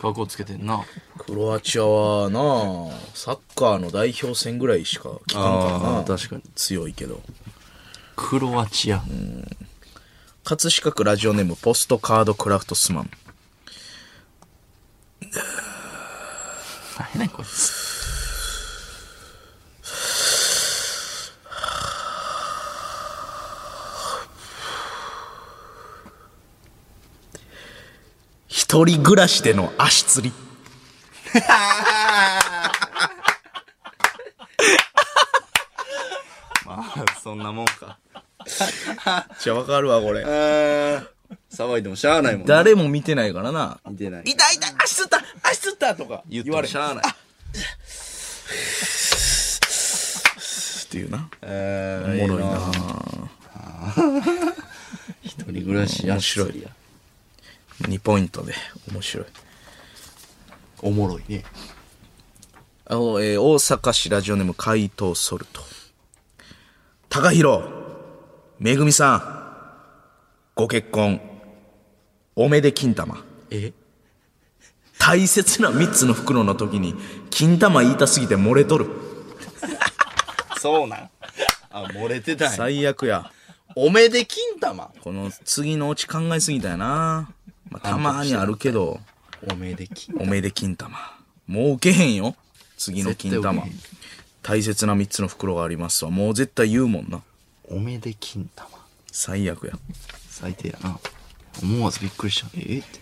格好つけてんな。
クロアチアはなあサッカーの代表戦ぐらいしか聞かんから
あ
な
ー確かに
強いけど
クロアチア。
葛飾区ラジオネームポストカードクラフトスマン
何やねんこいつ。
一人暮らしでの足つり。
まあ、 そんなもん か。
じゃわかるわ、これ。
騒いでもしゃあないもん。
誰も見てないからな。
見てない
痛い痛い足つった足つったとか
言
言
って
わ
も
れへ
し
んっ
ゃあない。
ていうな。
え
おもろいな。
一人暮らしや
面白い。2ポイントで。面白い。
おもろいね。
あの、えー大阪市ラジオネーム怪盗ソルト。高弘、めぐみさん、ご結婚、おめで金玉。
え
大切な3つの袋の時に、金玉言いたすぎて漏れとる。
そうなん。あ、漏れてたんや
最悪や。
おめで金玉
この次のうち考えすぎたよな。まあ、たまにあるけど、
おめで金
おめで金玉。もう受けへんよ。次の金
絶対
玉
受けへん。
大切な3つの袋がありますわ。もう絶対言うもんな。
おめで金玉
最悪や。
最低やな思わずびっくりしたえって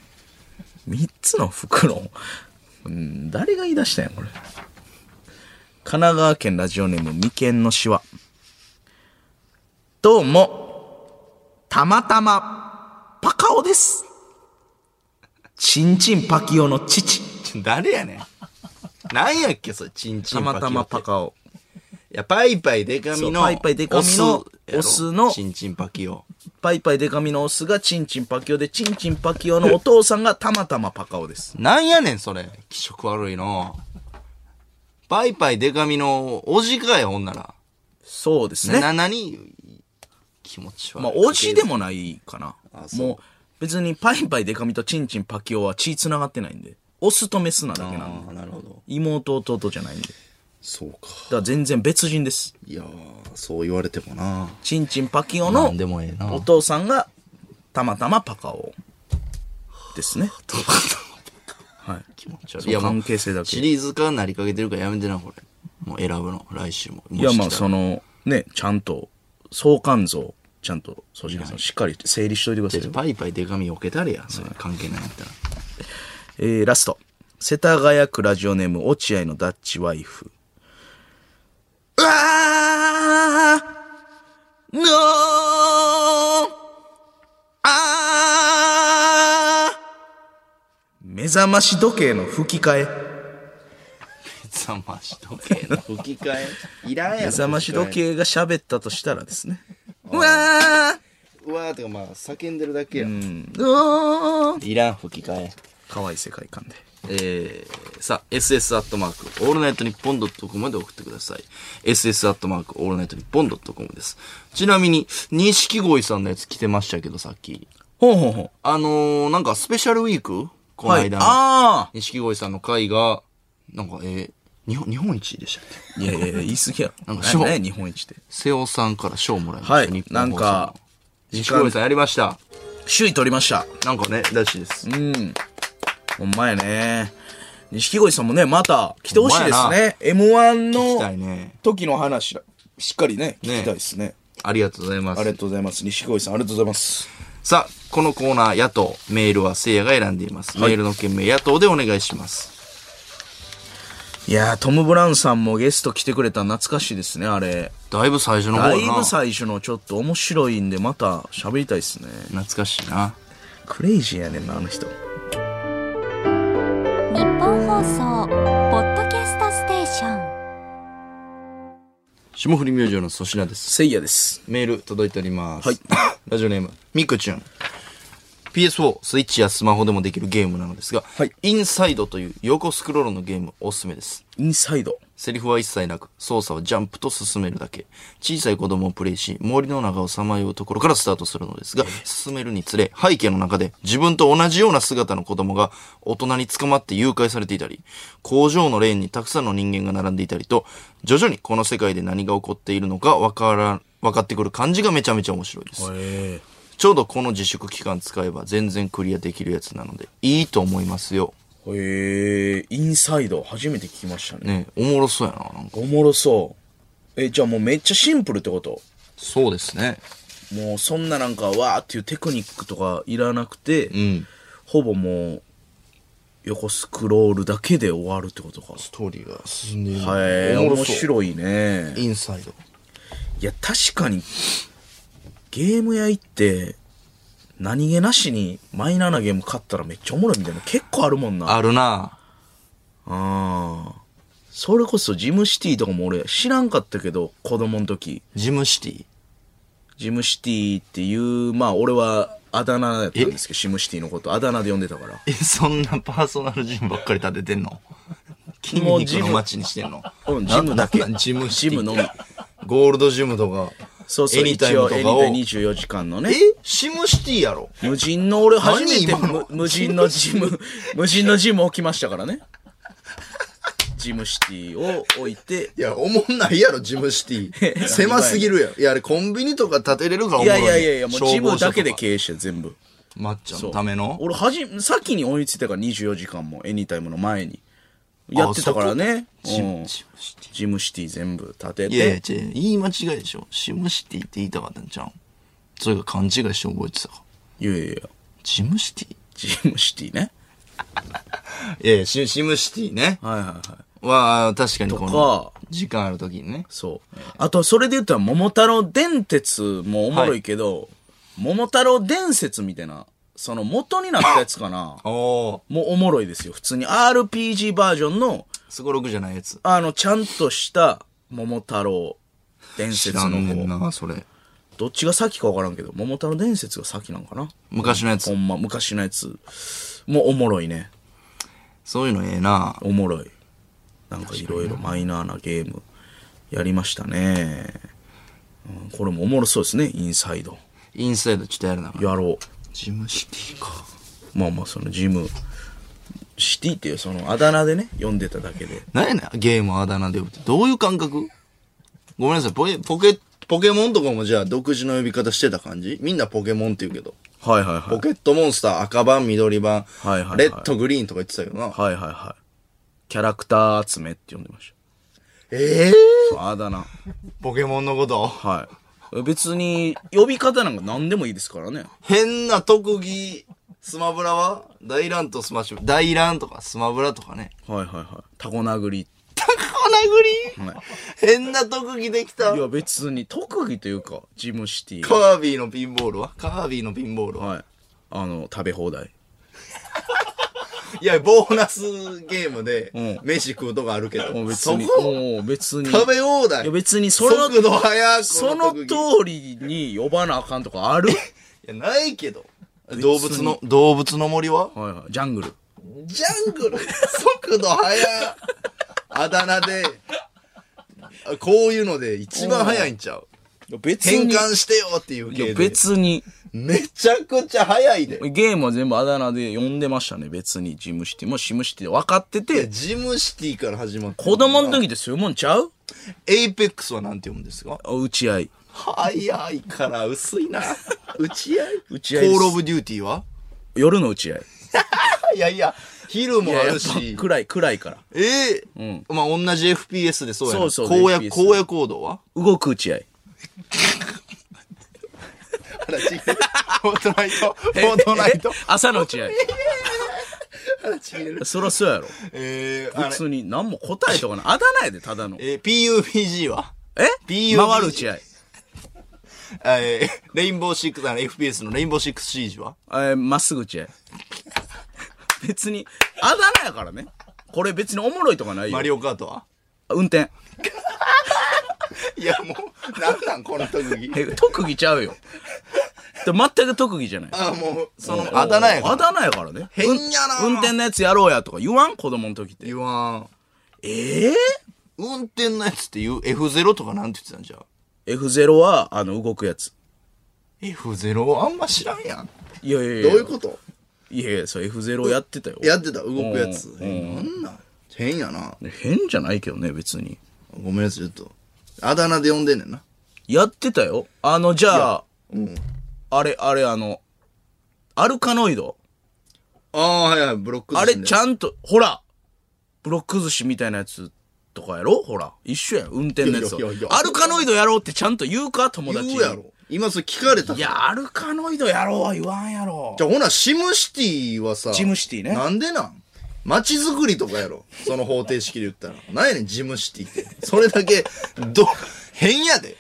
3つの袋うん、誰が言い出したんや、これ。神奈川県ラジオネーム、眉間のシワ。どうも、たまたま、パカオです。ちんちんパキオの父。
ち誰やねんなんやっけそれチンチン
たまたまパ
オ
カオ。
いやパイパイデカミの
そうパイパイデカミの
やろ
オスの
チンチンパキオ
パイパイデカミのオスがチンチンパキオで、チンチンパキオのお父さんがたまたまパカオです。
なんやねんそれ気色悪いのパイパイデカミのおじかいほんなら
そうですね。
な何気持ち悪い
まあ、おじでもないかな
あ。そう
もう、別にパイパイデカミとチンチンパキオは血繋がってないんで、オスとメスなだけなんで、
ああなるほど
妹弟じゃないんで。だ
そうか
から全然別人です。
いやーそう言われてもな
チンチンパキオ
な
の
んでもええな
お父さんがたまたまパカオですね。はい。
気持ち悪
そう
いやもう
関係性だけ
シリーズ化になりかけてるからやめてなこれもう選ぶの来週も
いやまあそ
の
のねちゃんと相関像ちゃんと総司令さんしっかり整理しといてくださいよ、
パイパイデカミ避けたれやそれ関係ないんやったら
えー、ラスト世田谷区ラジオネーム落合のダッチワイフうわーのーあー目覚まし時計の吹き替え
目覚まし時計の吹き替えいらんやろ
目覚まし時計が喋ったとしたらですねうわ
うわーとかまあ叫んでるだけや、
ーのー
いらん吹き替え
可愛い世界観で
えー、さあ、ss アットマーク、オールナイトニッポンドットコムまで送ってください。ss アットマーク、オールナイトニッポンドットコムです。ちなみに、錦鯉さんのやつ来てましたけど、さっき。
ほうほうほう
あのー、なんかスペシャルウィークこの間の。
ああ
錦鯉さんの回が、なんか、えー、日本、日本一でしたっけ
いやいやいや、言い過ぎや
な
ろ。
んか
な
賞
ね、日本一で。
瀬尾さんから賞もらいました。
はい
日本放送の
なんか
錦鯉さんやりました。
首位取りました。
なんかね、らしいです。
うん。ほんまやね。錦鯉さんもね、また来てほしいですね。M1
聞きたい
の
ね。
時の話だ、しっかりね、聞き
ね
たいですね。
ありがとうございま
あり
す
が。とうございます。錦鯉さん、ありがとうございます。
さあ、このコーナー、野党、メールはせいやが選んでいます。メールの件名、野党でお願いします。
いやー、トム・ブラウンさんもゲスト来てくれたの懐かしいですね、あれ。
だいぶ最初の方
だ
や
い
な。
ぶ
懐
最初のちょっと面白いんで、また喋りたいですね。
かしいな。
クレイジーやねんな、あの人。
日本放送ポッドキャストステーション
霜降り明星の粗品です。
せいやです。
メール届いております。
はい
ラジオネーム、みくちゅん。PS4、スイッチやスマホでもできるゲームなのですが、
はい
インサイドという横スクロールのゲームおすすめです。
インサイド。
セリフは一切なく、操作はジャンプと進めるだけ。小さい子供をプレイし、森の中をさまようところからスタートするのですが、進めるにつれ、背景の中で自分と同じような姿の子供が大人に捕まって誘拐されていたり、工場のレーンにたくさんの人間が並んでいたりと、徐々にこの世界で何が起こっているのかわから、分かってくる感じがめちゃめちゃ面白いです。
え
ちょうどこの自粛期間使えば全然クリアできるやつなので、いいと思いますよ。
ー、えー、インサイド、初めて聞きましたね。
ねえおもろそうやな、なんか。
おもろそう。え、じゃあもうめっちゃシンプルってこと
そうですね。
もうそんななんか、わーっていうテクニックとかいらなくて、
うん。
ほぼもう、横スクロールだけで終わるってことか。
ストーリーが進んでいる。
はい、
おもろ
面
そう
白いね。
インサイド。
いや、確かに、ゲーム屋行って、何気なしにマイナーなゲーム買ったらめっちゃおもろいみたいな結構あるもんな。
あるな
あーそれこそジムシティとかも俺知らんかったけど、子供の時。
ジムシティ。
ジムシティっていう、まあ俺はあだ名だったんですけど、シムシティのことあだ名で呼んでたから。
え、そんなパーソナルジムばっかり立ててん の筋
もう
肉
ジム
の街にしてんの
うん、ジムだけ
ななんなん。ジムシ
ジ
ティ
ムのみ。
ゴールドジムとか。
そうそう、
エニタイ
一
ムと
応エニ
かを。
タイム
え
24時間のね。
シムシティやろ
無人の俺初めて
何今の
無無人のジム、 無人のジム置きましたからね。ジムシティを置いて、
いや、おもんないやろ、ジムシテ ィ。狭すぎるやろ。いや、あれコンビニとか建てれるからおも
い
ろ
や
い。
いやいやいや、もうジ
消防
ム
署
だけで
とか
経営して全部。
まっちゃんのための
俺はじ、先に追いついたから24時間もエニタイムの前に。やってたからね。
ジ
う
ム
ん
ジムシテ
ジムシティ全部建て
ィ。いやいや、
て。
違う言い間違いでしょ。シムシティって言いたかったんちゃうんそれが勘違いして覚えてたか。
いやいやいや、
ジムシティ
ジムシティね。
ええ、シシムシティね。
はいはいはい。
は、確かにこの
とか、
時間ある時にね。、
そう。あと、それで言ったら、桃太郎電鉄もおもろいけど、桃太郎伝説みたいな、その元になったやつかな
お
もうおもろいですよ。普通に RPG バージョンの、
すごろくじゃないやつ。
あの、ちゃんとした桃太郎伝
知
説
ら
の
んねん
方。
な、それ。
どっちが先かわからんけど、桃太郎伝説が先なんかな。
昔のや
ほ
つ。
んま、昔のやつ。もうおもろいね。
そういうのええな。
おもろい。なんかいろいろマイナーなゲームやりましたね。うんこれもおもろそうですね、インサイド。
インサイドちょっとやるな。
やろ
ジムシティか。
う。まあまあ、そのジム、シティっていうそのあだ名でね、読んでただけで。
なんやねん、ゲームをあだ名で呼ぶって。どういう感覚ごめんなさい、ポケ、ポケ、ポケモンとかもじゃあ独自の呼び方してた感じみんなポケモンって言うけど。
はいはいは
ポ
い。
ケットモンスター、赤版、緑版、
はいはいはい
レッド、グリーンとか言ってたけどな。
はいはいはい。キャラクター集めって呼んでまし
ええ
た。あだ名。
ポケモンのこと
はい。別に、呼び方なんか何でもいいですからね。
変な特技、スマブラは大乱とスマッシュ、大乱とかスマブラとかね。
はいはいはい。タコ殴り。
タコ殴り、
はい
変な特技できた
い。や別に、特技というか、ジムシティ。
カービィのピンボールはカービィのピンボールは、
はい。あの、食べ放題。
い、や、ボーナスゲームで
うん、
飯食うとかあるけど、
もう別
そ
に、
こ、
もう別に。
食べ放
い
題
や。別に、その、
速度速く
その
特技
通りに呼ばなあかんとかある
いや、ないけど。動物の、動物の森は
はいはい。ジャングル。
ジャングル、速度速い。あだ名で、あこういうので一番速いんちゃう。
別
変
に。
換してよっていう
い
系
や、
で。
別に。
めちゃくちゃ速いで。
ゲームは全部あだ名で呼んでましたね。別に、ジムシティもシムシティで分かって
いや
て、
ジムシティから始まって。
子供の時ってそういうもんちゃう
エイペックスはなんて読むんですか
あ打ち合い。
速いから薄いな。打ち合い
打ち合いです
コールオブデューティーは
夜の打ち合い。
いやいや、昼もある
いややっ
し
ぱ。暗い、暗いから。
ええまあ同じ FPS でそうやな。
そうそう
荒野、
FPS
荒野行動 は
動く打ち合い。
フ ォートナイト。フォートナイト。
朝の 打ち合い。そらそうやろ。
えー、あ
普
れ、
通に何も答えとかない。あだ名やで、ただの。え
えー、PUBG は
回
PUBG
る打ち合い。
えー、レインボーシックス、あの FPS のレインボーシックスシージは
えーまっすぐ打ち合い。別に、あだ名やからね。これ別におもろいとかないよ
マ。リオカートは
運転。
いや、もう、なんなん、この特技。
え特技ちゃうよ。で全く特技じゃない。
あ、もう、その、あだ名やか
あ
ら。
だ名やからね。
変やな
運転のやつやろうやとか言わん子供の時って。
言わん。
ええ
運転のやつって言う F0 とかなんて言ってたんじゃう
?F0 は、あの、動くやつ。
F0 あんま知らんやん。
いやいやいや。
と
いやいや、そう F0 やってたよ。
やってた、動くやつ。
うん
えなんなん変やな。
変じゃないけどね、別に。
ごめんなさい、ちょっと。あだ名で呼んでんねんな。
やってたよ。あの、じゃあ、
うん。
あれ、あれ、あの、アルカノイド。
ああ、はいはい、ブロック
あれ、ちゃ
ん。
んと、ほら、ブロック寿司みたいなやつとかやろほら、一緒やん、運転のやつと
いやいやいや
アルカノイドやろうってちゃんと言うか、友達に
言うや。ろ。今それ聞かれた
いや、アルカノイドやろうは言わんやろ
じ。ゃあほな、シムシティはさ、
シムシティね
なんでなん街づくりとかやろ。その方程式で言ったら。なんやねん、ジムシティって。それだけ、ど、変やで。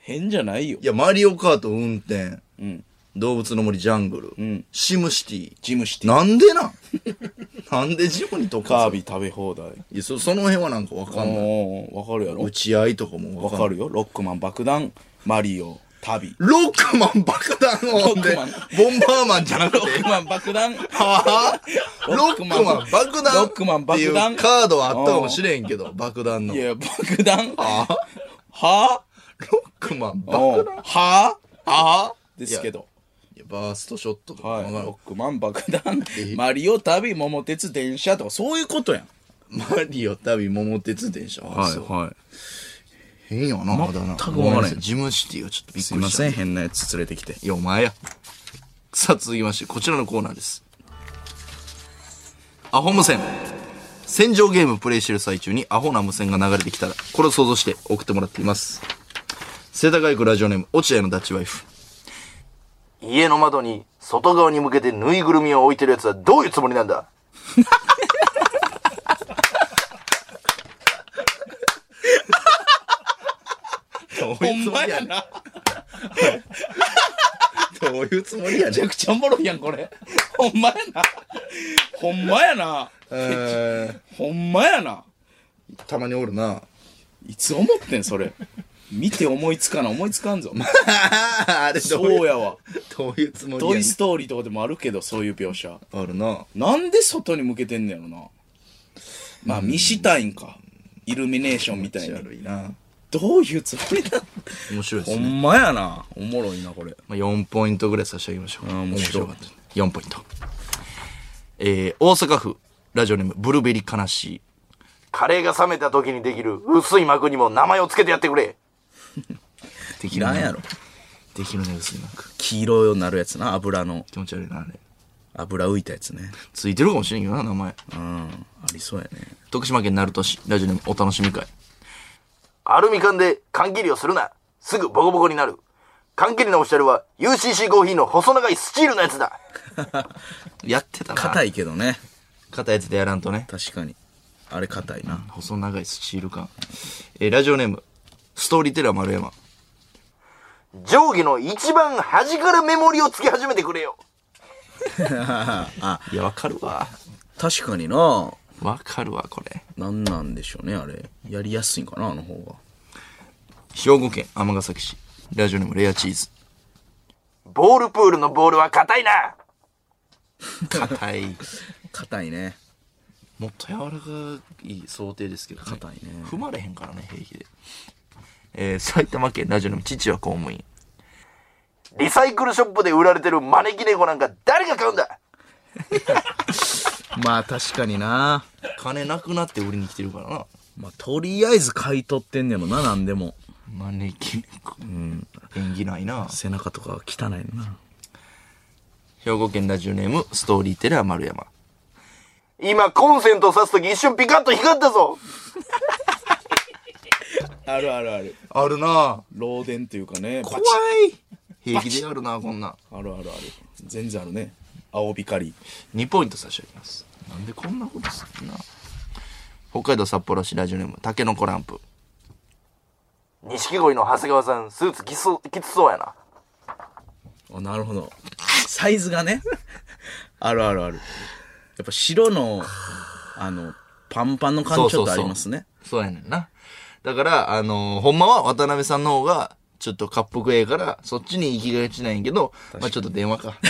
変じゃないよ
い。や、マリオカート運転、
ん
動物の森ジャングル、シムシティ。
ジムシティ。
なんでなんなんでジムにとか
カービィ食べ放題。
いやそ、その辺はなんかわかんない。
おー、わかるやろ
打ち合いとかもわ
わ
かん
か
ない。
るよ。ロックマン爆弾、マリオ、旅。
ロックマン爆弾音で、
ロックマ
ボ
ン
ンバーマンじゃなく
ロ
て、
ックマン爆弾。
はぁロ
ロ
ッ
ッ
ク
ク
マ
マン
ン爆弾
ロックマン
っていう
爆弾
カードはあったかもしれんけど、爆弾の。
い
ロッ
や、爆弾。はは
クマン爆
おう
弾
は
あ
ですけど。
いやバーストショットとか、
はい。
わからん
ロックマン爆弾、マリオ旅、桃鉄、電車とか、そういうことやん。
マリオ旅桃鉄電車。あそう
はい。
変よな、まだな。
全く
ご
わからん
めんなさいジムシティはちょっとびっ
す
く
い
り
ま
した。
せん、変なやつ連れてきて。
いや、お前や。さあ、続きまして、こちらのコーナーです。アホ無線。戦場ゲームプレイしてる最中にアホな無線が流れてきたら、これを想像して送ってもらっています。世田谷区ラジオネーム、落合のダッチワイフ。家の窓に外側に向けてぬいぐるみを置いてるやつはどういうつもりなんだ どう
ほ
い
ん
うつも
ま
りや
や
ねん
な。め
どういうつもりやね
ちゃくちゃおもろいやん、これ。ほんまやな。ほんまやな。
ん。
ほんまやな。
たまにおるな。
いつ思ってん、それ。見て思いつかな、思いつか んぞ。
あれどう
そ
いうう、
やわ。
どういうつもり
ト
やね
イ・
ん
ストーリーとかでもあるけど、そういう描写。
あるな。
なんで外に向けてんねやろな。まあ、見したいんか。イルミネーションみたい
気
な。
悪いな。
どういうつもりだ
面白いで
ほ
すね。
んまやな。おもろいな、これ。
まあ、4ポイントぐらい差し上げましょう。
あー面白い
った。4ポイント。えー、大阪府、ラジオネーム、ブルーベリー悲しい。カレーが冷めた時にできる薄い膜にも名前をつけてやってくれ。でき
い
る
ら
ね
んやろ。。
できるね、薄い膜。
黄色になるやつな、油の。
気持ち悪いな、あれ。
油浮いたやつね。
ついてるかもしれんけどな、名前。
うん。ありそうやね。
徳島県鳴門市ラジオネームお楽しみ会アルミ缶で缶切りをするなすぐボコボコになる缶切りのオフィシャルは UCC コーヒーの細長いスチールのやつだ やってたな
硬
い
いけどね。
硬いやつでやらんとね
確かに。あれ硬いな。
細長いスチール缶、えーラジオネームストーリーテラー丸山定規の一番端からメモリをつけ始めてくれよ いやわかるわ
確かにな。
わかるわこれ
なんなんでしょうね、あれ。やりやすいんかな、あの方が。
兵庫県尼崎市ラジオネームレアチーズボールプールのボールは硬いな硬い
硬いね。
もっと柔らかい想定ですけど
硬いね
踏まれへんからね平気で、えー埼玉県ラジオネーム父は公務員リサイクルショップで売られてる招き猫なんか誰が買うんだ
まあ確かにな。
金なくなって売りに来てるからな
まあとりあえず買い取ってんねやろな、なんでも。
招き猫うん縁起ないな
背中とか汚いな。
兵庫県ラジオネームストーリーテラー丸山
今コンセントを挿すとき一瞬ピカッと光った ぞ
あるあるある。
あるな
漏電というかね。怖
怖い平気でやるなこんなん
あるあるある。全然あるね。青光。
2ポイント差し上げますなんでこんなことするな北海道札幌市ラジオネームたけのこランプ
錦鯉の長谷川さんスーツきつそうきつそうやな
あなるほどサイズがね あるあるあるやっぱ白のあのパンパンの感
そ
じ
う
ちょ
そう
っと
そう
ありますね
そうやねんなだからあのーほんまは渡辺さんの方がちょっと滑覆ええからそっちに行きがちなんやけどまあちょっと電話か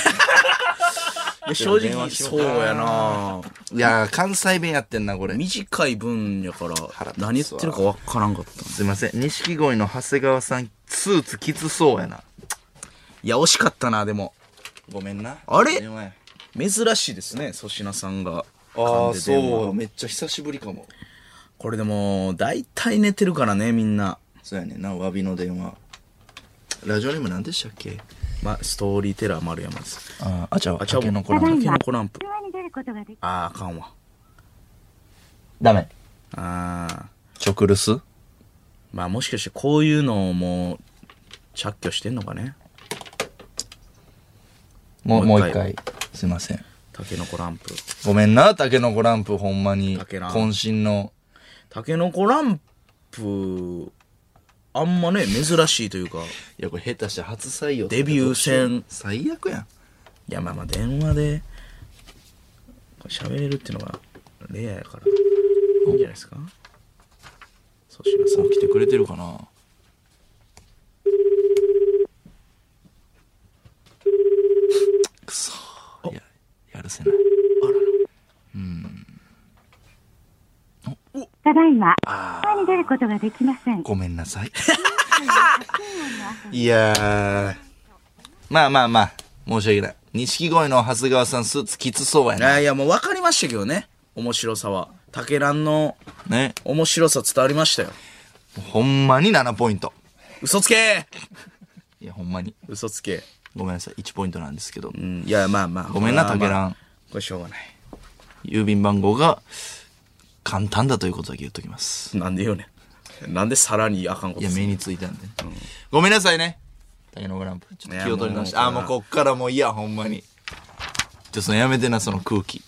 いや正直そうやな
いやー関西弁やってんなこれ
短い分やから
腹立つわ
何言ってるかわからんかった
すいません錦鯉の長谷川さんスーツきつそうやない
や惜しかったなでも
ごめんな
あれ
電話や
珍しいですね粗品さんが
ああ
噛んで電話
そうめっちゃ久しぶりかも
これでも大体寝てるからねみんな
そうやねんな詫びの電話ラジオネーム何でしたっけ
まあ、ストーリーテラー丸山です。
ああちゃう
あちゃう
たけのこ
ラ
ランプ
ンプ。タケノコランプ。あー、あかんわ。
ダメ
あー。
直留守
まあ、もしかしてこういうのをもう、着去してんのかね。
もうも
もう
う
一
一
回
回すいません
タケノコランプ。
ごめんなたけのこランプほんまに
たけらん
渾身の
タケノコランプ、あんまね、珍しいというか、
いやこれ下手して初採用
デビュー戦
最悪やん
いや、まあまあ、電話で、これ喋れるっていうのが、レアやから、いいんじゃないですかそうします。
来てくれてるかなくそややるせない
ただいま、前に出ることができません。
ごめんなさいいやーまあまあまあ申し訳ない錦鯉の長谷川さんスーツきつそうや
あ
な
ーいや、もう分かりましたけどね。面白さは。タケランの
ね
面白さ伝わりましたよ。
ほんまに7ポイント
嘘つけ
いやほんまに
嘘つけ。
ごめんなさい1ポイントなんですけど、
うん、いや、まあまあ。
ごめんな
まあ
タケラン
まあこれしょうがない。
郵便番号が簡単だということだけ言っときます
なんでよねん。なんでさらにあかんこ
い
と
や
する
目についたんで、ごめんなさいね竹野グランプちょっと気を取り直して
いや
あ
も
あ
う
もうこっからもういいやほんまにちょそのやめてなその空気
い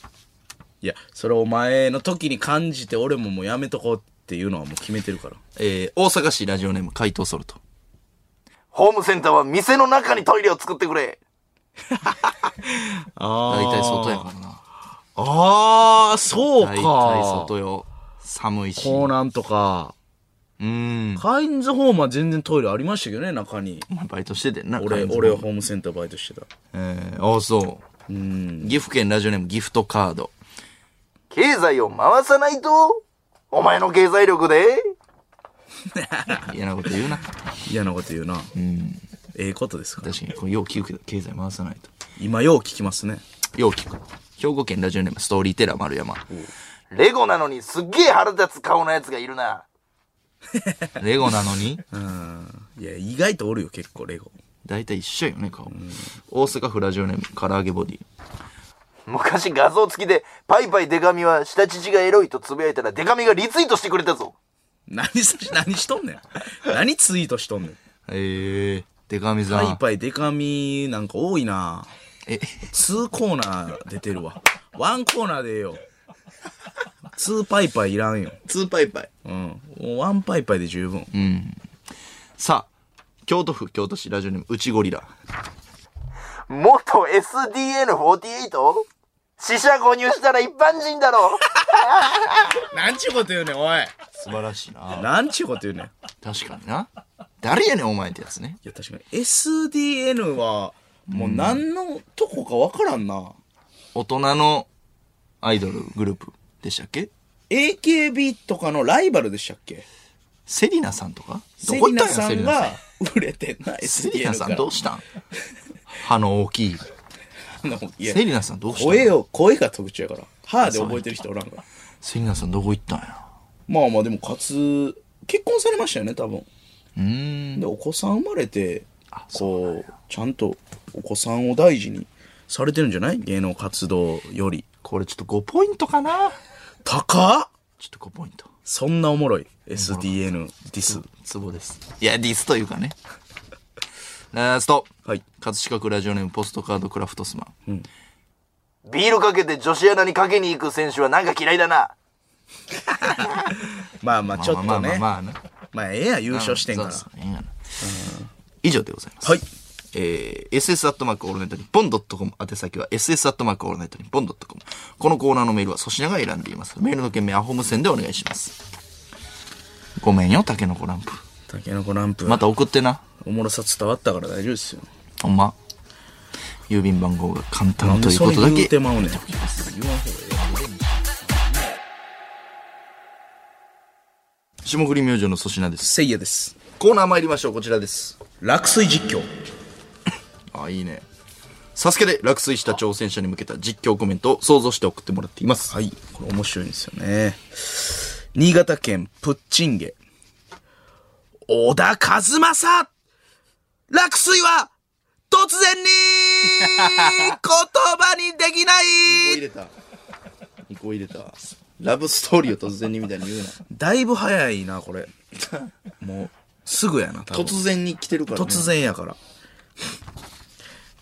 や、それお前の時に感じて俺ももうやめとこうっていうのはもう決めてるから。
えー、大阪市ラジオネーム怪盗ソルト
ホームセンターは店の中にトイレを作ってくれ
大
あ
体外やからな
あー、そうか。
大体外よ寒いし
コーナンとか。
うん
カインズホームは全然トイレありましたけどね、中に。
お前バイトしててんな
俺、
完全に
俺はホームセンターバイトしてた。
えー、ああそううん岐阜県ラジオネームギフトカード
経済を回さないとお前の経済力で
嫌なこと言うな確
嫌なこと言うな。ええことですから。
かにこれよう聞くけど経済回さないと
今よう聞きますね。
よう聞く。兵庫県ラジオネームストーリーテラー丸山。
レゴなのにすっげえ腹立つ顔のやつがいるな
レゴなのに、
いや、意外とおるよ、結構、レゴ。
大体一緒よね、顔。大阪府ラジオネーム唐揚げボディ。
昔画像付きでパイパイデカミは下乳がエロいとつぶやいたらデカミがリツイートしてくれたぞ
何さ、何しとんねん。何ツイートしとんねん。
えー、デカミさ
パ
ん。
イパイデカミなんか多いな
え、
2コーナー出てるわ。1コーナーでええよ。2パイパイいらんよ。
ツーパイパイ。
うん。もう1パイパイで十分。
さあ、京都府京都市ラジオネーム内ゴリラ。
元 SDN48? 死者購入したら一般人だろ
なんちゅうこと言うねん、おい。
素晴らしいな。
なんちゅうこと言うねん。い
確かにな。誰やねん、お前ってやつね。
や、確かに。SDN は、もう何のとこかわからんな。
大人のアイドルグループでしたっけ
AKB とかのライバルでしたっけ
セリナさんとか
セリ
どこ行
ナ
った
さ
やセ
ん
リナ
が売れてんな、
セ
SDN
リナさん
が
どうしたん歯の大きい。
あのいや
セリナさんどうしたん
声を、声が特徴やから。歯で覚えてる人おらんから。
セリナさんどこ行ったんや
まあまあでも、かつ、結婚されましたよね、多分。
うーん
で、お子さん生まれて、こう、ちゃんとお子さんを大事にされてるんじゃない芸能活動より。
これちょっと5ポイントかな
高っ
ちょっと5ポイント。
そんなおもろい SDN ディス
ツボです。いや、ディスというかね。ラスト。
はい。
葛飾区ラジオネームポストカードクラフトスマン。
ビールかけて女子アナにかけに行く選手はなんか嫌いだな。
まあまあちょっとねまあ
まあまあまあな。
ええや優勝してんから
そうそういいやな以上でございます。
はい
えー、ss アットマークオールナイトニッポンドットコム宛先は ss アットマークオールナイトニッポンドットコムこのコーナーのメールは粗品が選んでいますメールの件名はホームセンでお願いしますごめんよタケノコランプ
たけのこランプ
また送ってな
おもろさ伝わったから大丈夫ですよ
ほんま郵便番号が簡
な
単
ん
と
で
いう
そ
こ
れ
とだ
言う
け
てまうねん
霜降り明星の粗品です
せいやです
コーナー参りましょうこちらです
落水実況
あいいねサスケで落水した挑戦者に向けた実況コメントを想像して送ってもらっています
はいこれ面白いんですよね新潟県プッチンゲ小田和正落水は突然に言葉にできない
入れた2個入れたラブストーリーを突然にみたいに言うな
だいぶ早いなこれもうすぐやな多分
突然に来てるから、ね、
突然やから。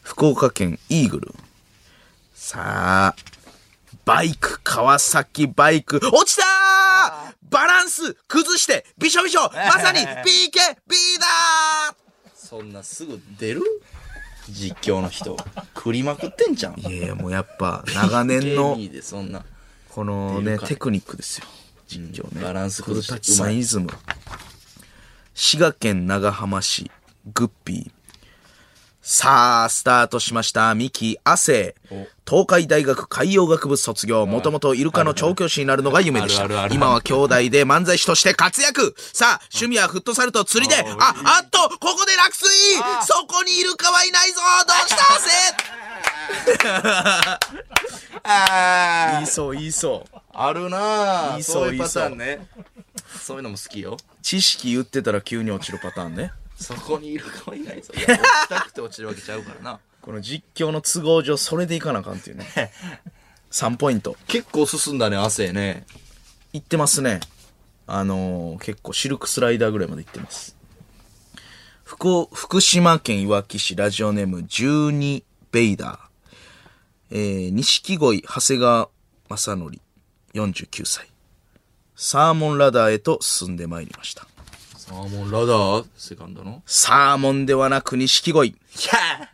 福岡県イーグル。さあ、バイク、川崎バイク、落ちたーバランス崩して、びしょび しょまさに PKB だ
そんなすぐ出る実況の人食りまくってんじゃん
ーいやいや、もうやっぱ、長年の、
芸人でそんな
このね、テクニックですよ。実況ね。
バランス崩して
古舘さんイズム。滋賀県長浜市、グッピー。さあ、スタートしました。ミキ、亜生。東海大学海洋学部卒業。もともとイルカの調教師になるのが夢でし
あるあるあ
た。
る
今は兄弟で漫才師として活躍。さあ、趣味はフットサルと釣りで。あ、あっと、ここで落水そこにイルカはいないぞどうした亜生言いそう、言いそう。
あるなあ
いいそう
そういうパターン
い
ねそういうのも好きよ
知識言ってたら急に落ちるパターンね。
そこにいる子はいない ぞいや落ちたくて落ちるわけちゃうからな
この実況の都合上、それでいかなあかんっていうね。3ポイント。
結構進んだね汗ね
いってますね。あのー結構シルクスライダーぐらいまでいってます。福、福島県いわき市ラジオネーム12ベイダー。えー、錦鯉長谷川正則49歳。サーモンラダーへと進んでまいりました。
サーモンラダーセカンドの
サーモンではなく錦鯉。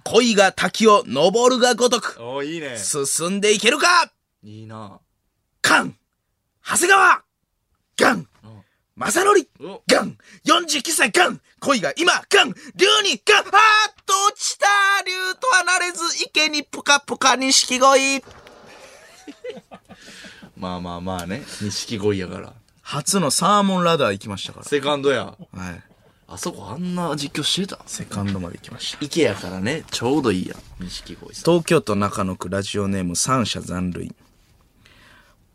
鯉が滝を登るがごとく、
おおいいね
進んでいけるか
いいな
カン長谷川ガン正則
お
ガン !49 歳ガン恋が今ガン竜にガンあーっと落ちた竜と離れず池にぷかぷか錦鯉
まあまあまあね錦鯉やから
初のサーモンラダー行きましたか
セカンドや
ら。はい。
あそこあんな実況してた
セカンドまで行きました。
池やからねちょうどいいやん錦鯉さん
東京都中野区ラジオネーム三者残類。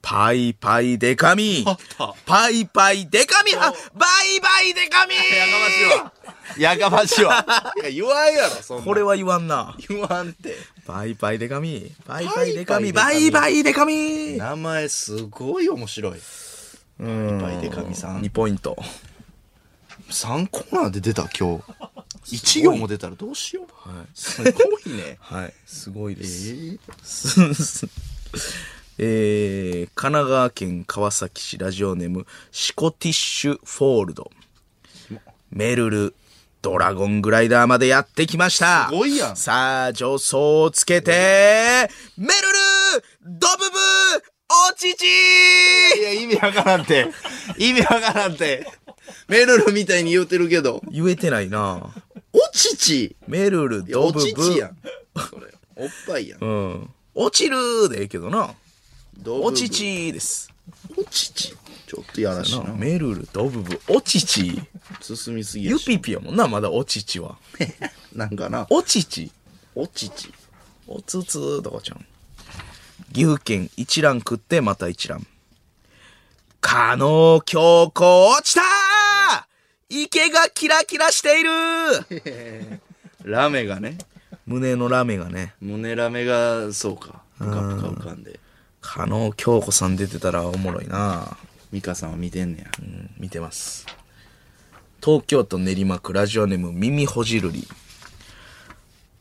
パイパイデカミ
った
パイパイデカミあバイバイデカミ
やかましいわやかましいわいや言わんやろそんな
これは言わんな。
言わんって
バイバイデカミバイバイデカミバイバイデカミ
名前すごい面白いうんバイデカミさん
2ポイント。
3コーナーで出た今 日1行も出たらどうしよう、すごいね
はい。すごいで
え
す。
ー、
えー、神奈川県川崎市ラジオネーム、シコティッシュフォールド。メルル、ドラゴングライダーまでやってきました。
すごいやん
さあ、助走をつけて、メルル、ドブブおちち
いや意味わからんて意味わからんてメルルみたいに言うてるけど
言えてないな
おちち
メルル、
いや
ド
お
ブブ。
ちちやんそれおっぱいやん
うん。落ちるでええけどな。
ドブブ
おちちです。
おちちちょっとやらしいな
メルル、ドブブ、おちち。
進みすぎや
ゆ
し
ぴぴやもんな、まだおちちは。
なんかな
おちち。
おちち
おつつとかちゃん。岐阜県一蘭食ってまた一蘭。加納京子落ちた池がキラキラしている
ラメがね
胸のラメがね、
胸ラメがそうかぷかぷか浮かんで
加納京子さん出てたらおもろいな
美香さんは見てんねや。
うん見てます東京都練馬区ラジオネーム耳ほじるり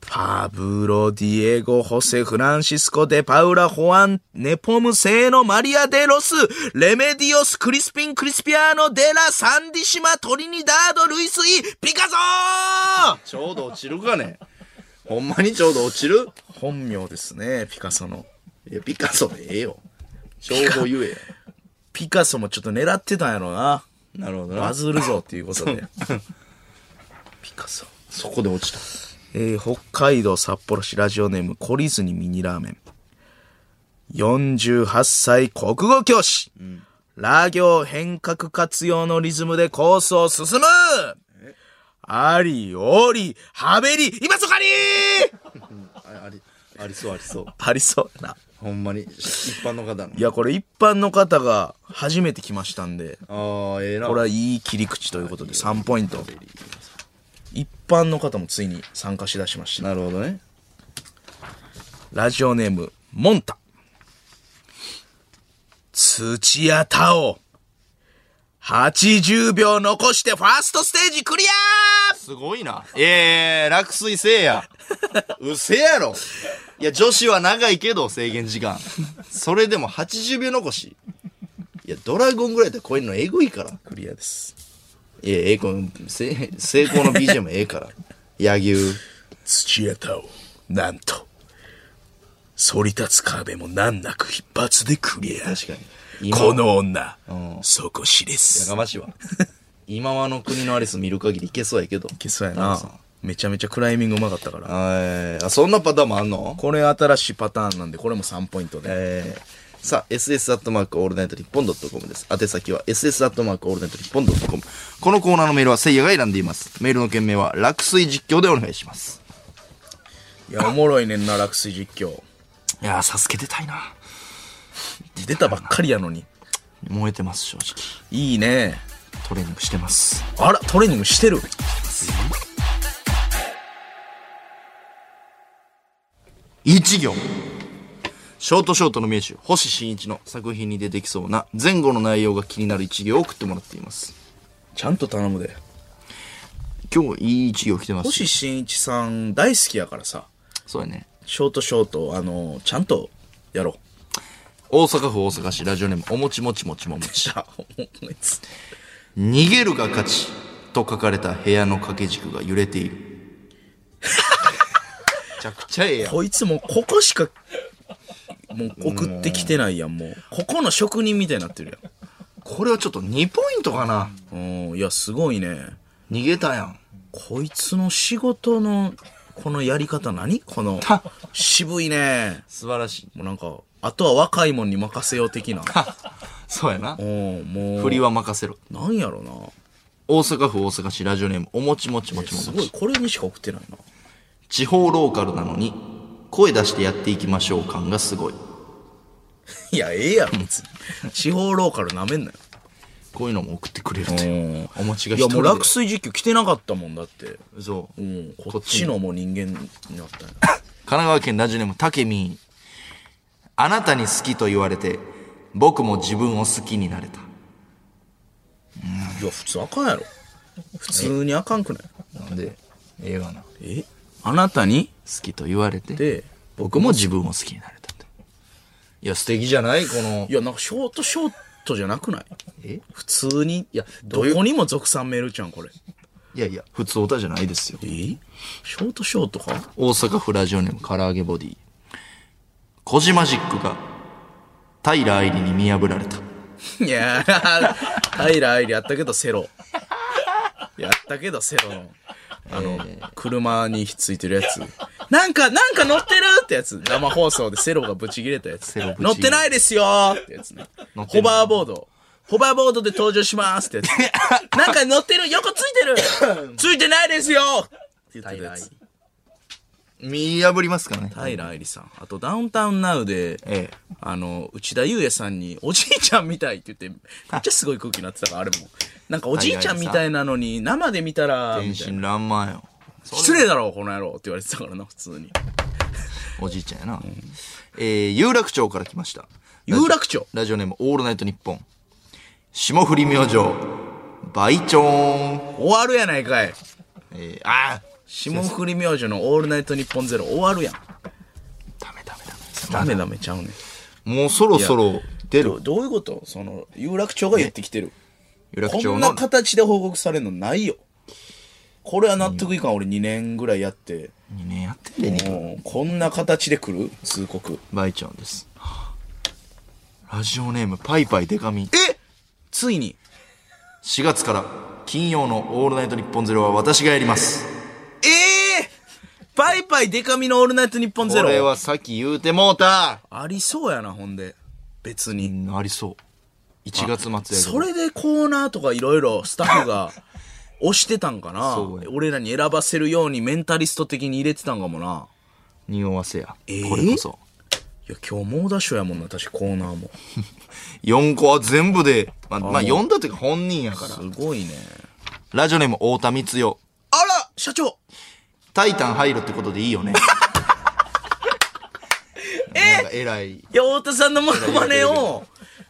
パブロ・ディエゴ・ホセ・フランシスコ・デ・パウラ・ホアン・ネポム・セーノ・マリア・デ・ロス・レメディオス・クリスピン・クリスピアーノ・デラ・サンディシマ・トリニダード・ルイス・イ・ピカソー
ちょうど落ちるかね。ほんまにちょうど落ちる
本名ですね、ピカソの。
いや、ピカソでええよ。ちょうど言えや。
ピカソもちょっと狙ってたんやろな。
なるほど
バ
な。
ズるぞっていうことで。 ピカソ。
そこで落ちた。
えー北海道札幌市ラジオネーム懲りずにミニラーメン48歳国語教師、ラ行変革活用のリズムでコースを進むありおりはべり今そかり
ああり、ありそうありそう。
ありそうやな
ほんまに、一般の方の。
いやこれ一般の方が初めて来ましたんで
ああ、ええな。
これはいい切り口ということで3ポイント一般の方もついに参加しだしました
なるほどね。
ラジオネーム、モンタ。土屋太鳳。80秒残してファーストステージクリア
すごいな。ええ落水せえや。うせやろ。いや、女子は長いけど、制限時間。それでも80秒残し。いや、ドラゴンぐらいでこういうのエグいから。いや、
クリアです。
ええこのせ成功の BGM ええから。柳生。
土屋太鳳、なんと、反り立つ壁も難なく一発でクリア。
確かに。
この女
う、ん
底知れ
や
す
か。ましいわ。今はの国のアリス見る限りいけそうやけど。い
いけそうやな。めちゃめちゃクライミングうまかったから。
あ、そんなパターンもあんの
これ新しいパターンなんで、これも3ポイントで。
えー、さあ、SS アットマークオールナイト日本ドットコムです。宛先は SS アットマークオールナイト日本ドットコム。このコーナーのメールはせいやが選んでいます。メールの件名は落水実況でお願いします。
いや、おもろいねんな、落水実況。
いやー、サスケ出たいな。
出たばっかりやのに。
燃えてます、正直。
いいね。
トレーニングしてます。
あら、トレーニングしてる。
一行。ショートショートの名手、星新一の作品に出てきそうな前後の内容が気になる一行を送ってもらっています。
ちゃんと頼むで。
今日いい一行来てます。
星新一さん大好きやからさ、
そうやね。
ショートショート、あの、ちゃんとやろう。
大阪府大阪市ラジオネームおもちもちもちももち。
じゃあ、もうこいつ。
逃げるが勝ちと書かれた部屋の掛け軸が揺れているめちゃくちゃええやん
こいつもうここしか、もう送ってきてないやん、もう。ここの職人みたいになってる
これはちょっと2ポイントかな
やん。うん、いや、すごいね。
逃げたやん
こいつの仕事の、このやり方何この、渋いね。
素晴らしい
もうなんか、あとは若いもんに任せよう的 な。
そうやな
うん、もう。
振り。は任せろ
なんやろな。
大阪府大阪市ラジオネームおもちもちもちも
す
も
ごい、
ち
これにしか送ってないな。
地方ローカルなのに声出してやっていきましょう感がすごい
いや、ええやろ、別 に。地方ローカルなめんなよ。
こういうのも送ってくれるっておもちが
い
一人
や、
で
もう落水実況来てなかったもんだって。
そう
うん、こっちのもう人間になったんや
神奈川県ラジオネームたけみんあなたに好きと言われて僕も自分を好きになれた
いや、普通あかんやろ。普通にあかんくない
なんで映画な好
えあなたに
きと言われて
で、
僕も自分を好きになれたっていや素敵じゃないこの
いや、なんかショートショートじゃなくない
え
普通に、いや、ど
ういう
こにも属さんメールちゃん、これ。
いやいや普通オタじゃないですよ
えショートショートか
大阪府ラジオネーム唐揚げボディ小島ジックが平愛理に見破られた
いやー、平愛理やったけどセロ。やったけどセロの。あの、車にひっついてるやつ。なんか、なんか乗ってるってやつ。生放送でセロがブチ切れたやつ
セロブ。チ
乗ってないですよーってやつね。
乗ってな
ホ
い
バーボード。ホバーボードで登場しますって やつ。なんか乗ってる横ついてるついてないですよって言ってたやつ。
見破りますからね
平愛理さん。あと、ダウンタウンナウで、
ええ
あの、内田祐也さんに、おじいちゃんみたいって言って、めっちゃすごい空気になってたから、あれも。なんか、おじいちゃんみたいなのに、生で見たら、
天
みたいな
真爛漫よ
失礼だろ、この野郎って言われてたからな、普通に。
おじいちゃんやな。えー有楽町から来ました。
有楽町
ラジオネーム、オールナイトニッポン。霜降り明星、バイチョーン。
終わるやないかい
えーあー
霜降り明星の「オールナイトニッポンゼロ終わるやん
ダメダメダメ。
ダメダメちゃうねん
もうそろそろ出
ど
る。
どういうことその有楽町が言ってきてる、
有楽
こ
町
んな
の。
形で報告されるのないよこれは納得いかん、俺2年ぐらいやって
2年やってんでね。
もうこんな形で来る通告
バイチョーンです。ラジオネーム、パイパイデカミ。え
ついに
4月から金曜の「オールナイトニッポンゼロは私がやります
ええー、パイパイデカミの「オールナイトニッポン
こ
ゼロ
れはさっき言うてもうた
ありそうやなほんで別に
うんありそう1月末やけど
それでコーナーとかいろいろスタッ フが押してたんかな
そうや
俺らに選ばせるようにメンタリスト的に入れてたんかもな
匂わせや、
ー
これこそ
いや今日猛ダッシュやもんな私コーナーも
4個は全部でまあまあ読んだというか本人やから
すごいね
ラジオネーム太田光代
あら社長
タイタン入るってことでいいよ ねえなんか偉い
いや太田さんのモノマネを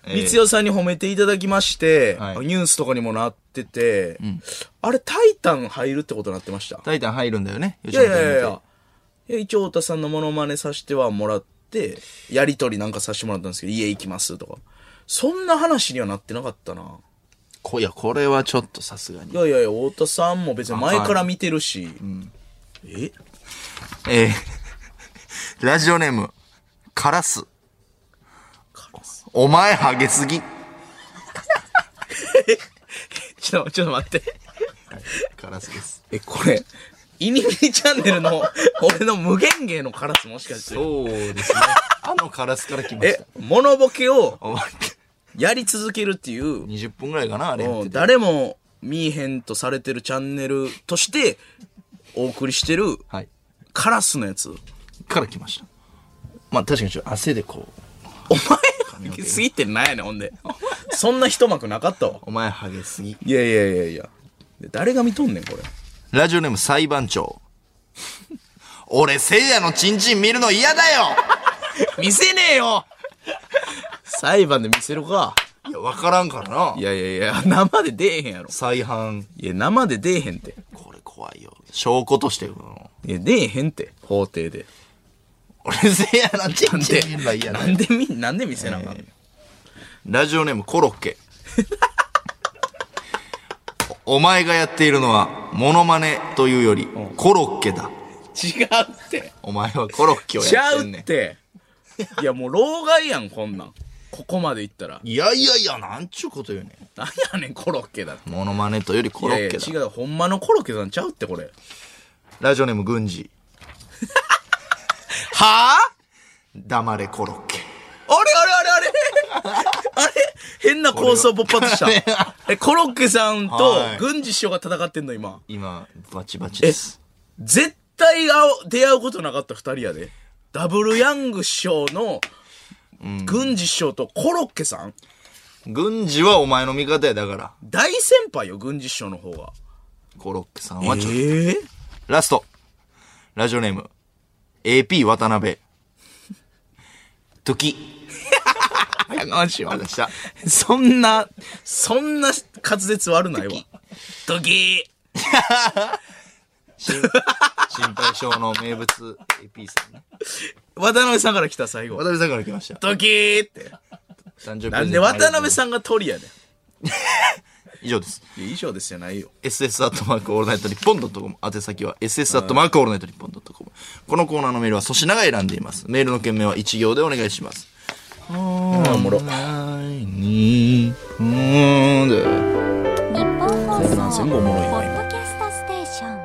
え
光代さんに褒めていただきまして、
はい
ニュースとかにもなってて、あれ「タイタン」入るってことになってました
タイタン入るんだよね
い
吉本
やいやいやい
におい
や
て。
いや一応太田さんのモノマネさせてはもらって、やりとりなんかさせてもらったんですけど、家行きますとか。そんな話にはなってなかったな。
こいやこれはちょっとさすがに
いやいやいや、太田さんも別に前から見てるし。え
えーラジオネーム、カラス。お前、ハゲすぎ。
ちょっと、ちょっと待って。
カラスです。
え、これ、イニミニチャンネルの、 俺の無限芸のカラスもしかして。
そうですね。あのカラスから来まし
え
た。、
モノボケを
お前
やり続けるっていう、
20分ぐらいかな、あれやって
もう
て
誰も見えへんとされてるチャンネルとして、お送りしてる
はい。
カラスのやつ。
から来ました。まあ確かにちょっと汗でこう、
お前の過ぎてないやねんほんでそんな一幕なかったわ
お前、ハゲすぎ。
いやいやいやいやで誰が見とんねんこれ
ラジオネーム、裁判長。俺、せいやのチンチン見るの嫌だよ
見せねえよ裁判で見せろか。
いや、わからんからない
やいやいや生で出えへんやろ
再犯。
いや生で出えへんて
これ怖いよ。証拠として、うん
いや出えへんて法廷で
俺、せいやのチンチン見るの嫌だ
な
よ
ん。でみなんで見せなあかんの
ラジオネームコロッケ。おお前がやっているのは、モノマネというより、コロッケだ。
違うって
お前はコロッケを
ち
や
ゃ
って
うん
ね
っ
ん。
ていやもう老害やんこんなんここまでいったら
いやいやいや、なんちゅうこと言うね
なんやねんコロッケだって
ん。モノマネというよりコロッケだ。
いやいや違うほんまのコロッケさんちゃうってこれ
ラジオネーム軍事。
はあ
黙れコロッケ。
あれあれあれあれあれ変な構想勃発した。え、コロッケさんと
はい
軍事師匠が戦ってんの今。
今、バチバチです。
絶対会お出会うことなかった二人やで。ダブルヤング師匠の軍事師匠とコロッケさん
軍事はお前の味方やだから。
大先輩よ、軍事師匠の方が。
コロッケさん
え
はちょっと。
ー
ラスト。ラジオネーム。AP 渡 辺。時。 早川氏は。した。
そんな、そんな滑舌悪ないわ。ドキ
心配性の名物 AP さんね。
ー渡辺さんから来た最
渡
後。
辺さんから来ました。
ドキーって。
誕生日
なんで渡辺
ん。
さんが鳥やね
以上です。
ん。いや以上ですじゃないよ。
SS アットマークオールナイトニッポンドットコム。宛先は SS アットマークオールナイトニッポンドットコム。このコーナーのメールは粗品が選んでいます。メールの件名は一行でお願いします。
あ、おもろ。
はい、にーんで。
日本放送
全部おもろい
ポ
な
ッドキャストステーション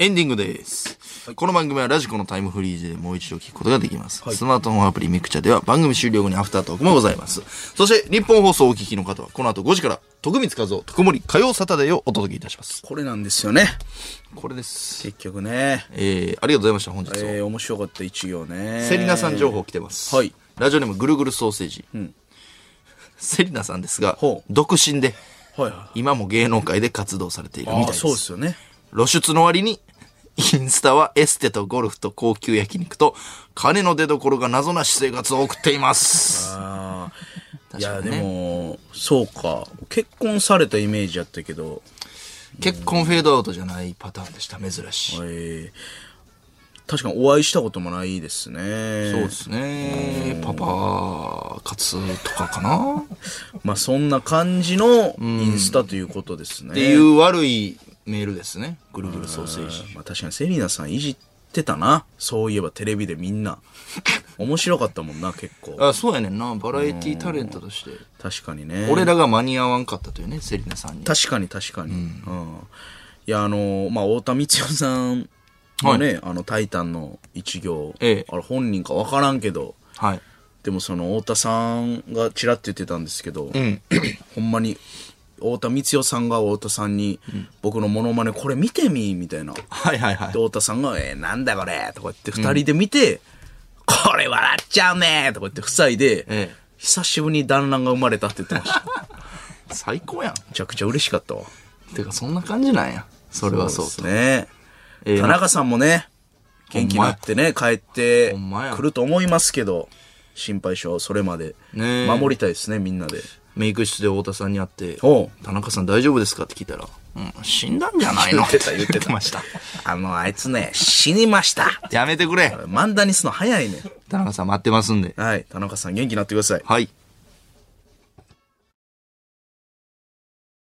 エンディングです。この番組はラジコのタイムフリーズでもう一度聞くことができます。スマートフォンアプリミクチャでは番組終了後にアフタートークもございます。そして日本放送をお聞きの方はこの後5時から徳光和夫特盛火曜サタデーをお届けいたします。
これなんですよね。
これです。
結局ね。
えー、ありがとうございました、本日は。
えー、面白かった一行ね。
セリナさん情報来てます。
はい
ラジオネームぐるぐるソーセージ。セリナさんですが
ほ、う
独身で
はいは
今も芸能界で活動されているみた
い。
い
あ
です。
そうですよね。
露出の割にインスタはエステとゴルフと高級焼肉と、金の出所が謎な私生活を送っています。
ああ、いや、
確かにね
でも、そうか。結婚されたイメージやったけど、
結婚フェードアウトじゃないパターンでした、珍しい。
えー確かにお会いしたこともないですね。
そうですね。パパ活とかかなっ
まあ、そんな感じのインスタということですね。
ていう悪いメールですね。ぐるぐるソーセージ。
まあ、確かにセリナさんいじってたな。そういえばテレビでみんな。面白かったもんな、結構。
あ、そうやねんな。バラエティタレントとして。
確かにね。
俺らが間に合わんかったというね、セリナさんに。
確かに確かに。うん。いや、あの、まあ、太田光代さんのね、あの、タイタンの一行、
ええ
あれ本人かわからんけど、
はい。
でもその太田さんがちらっと言ってたんですけど、 ほんまに太田光代さんが太田さんに「僕のモノマネこれ見てみ」みたいな、で
はいはいはい。
太田さんが「えーなんだこれ」とか言って2人で見て「これ笑っちゃうね」とか言って夫妻
え
で、
え
久しぶりに団らんが生まれたって言ってましため
最高や
ちゃくちゃ嬉しかったわ
ん。てか、そんな感じなんや。それはそう
です
と。
ね
ええ
田中さんもね
んまや
元気になってね帰って
ほんまや
くると思いますけど心配性それまで
ねえ
守りたいですねみんなで。
メイク室で太田さんに会って
おう、
田中さん大丈夫ですかって聞いたら、うん、死んだんじゃないの
言って た言ってた
ました。
あの、あいつね、死にました。
やめてくれ。
漫談にすの早いね。
田中さん待ってますんで。
はい。田中さん元気になってください。
はい。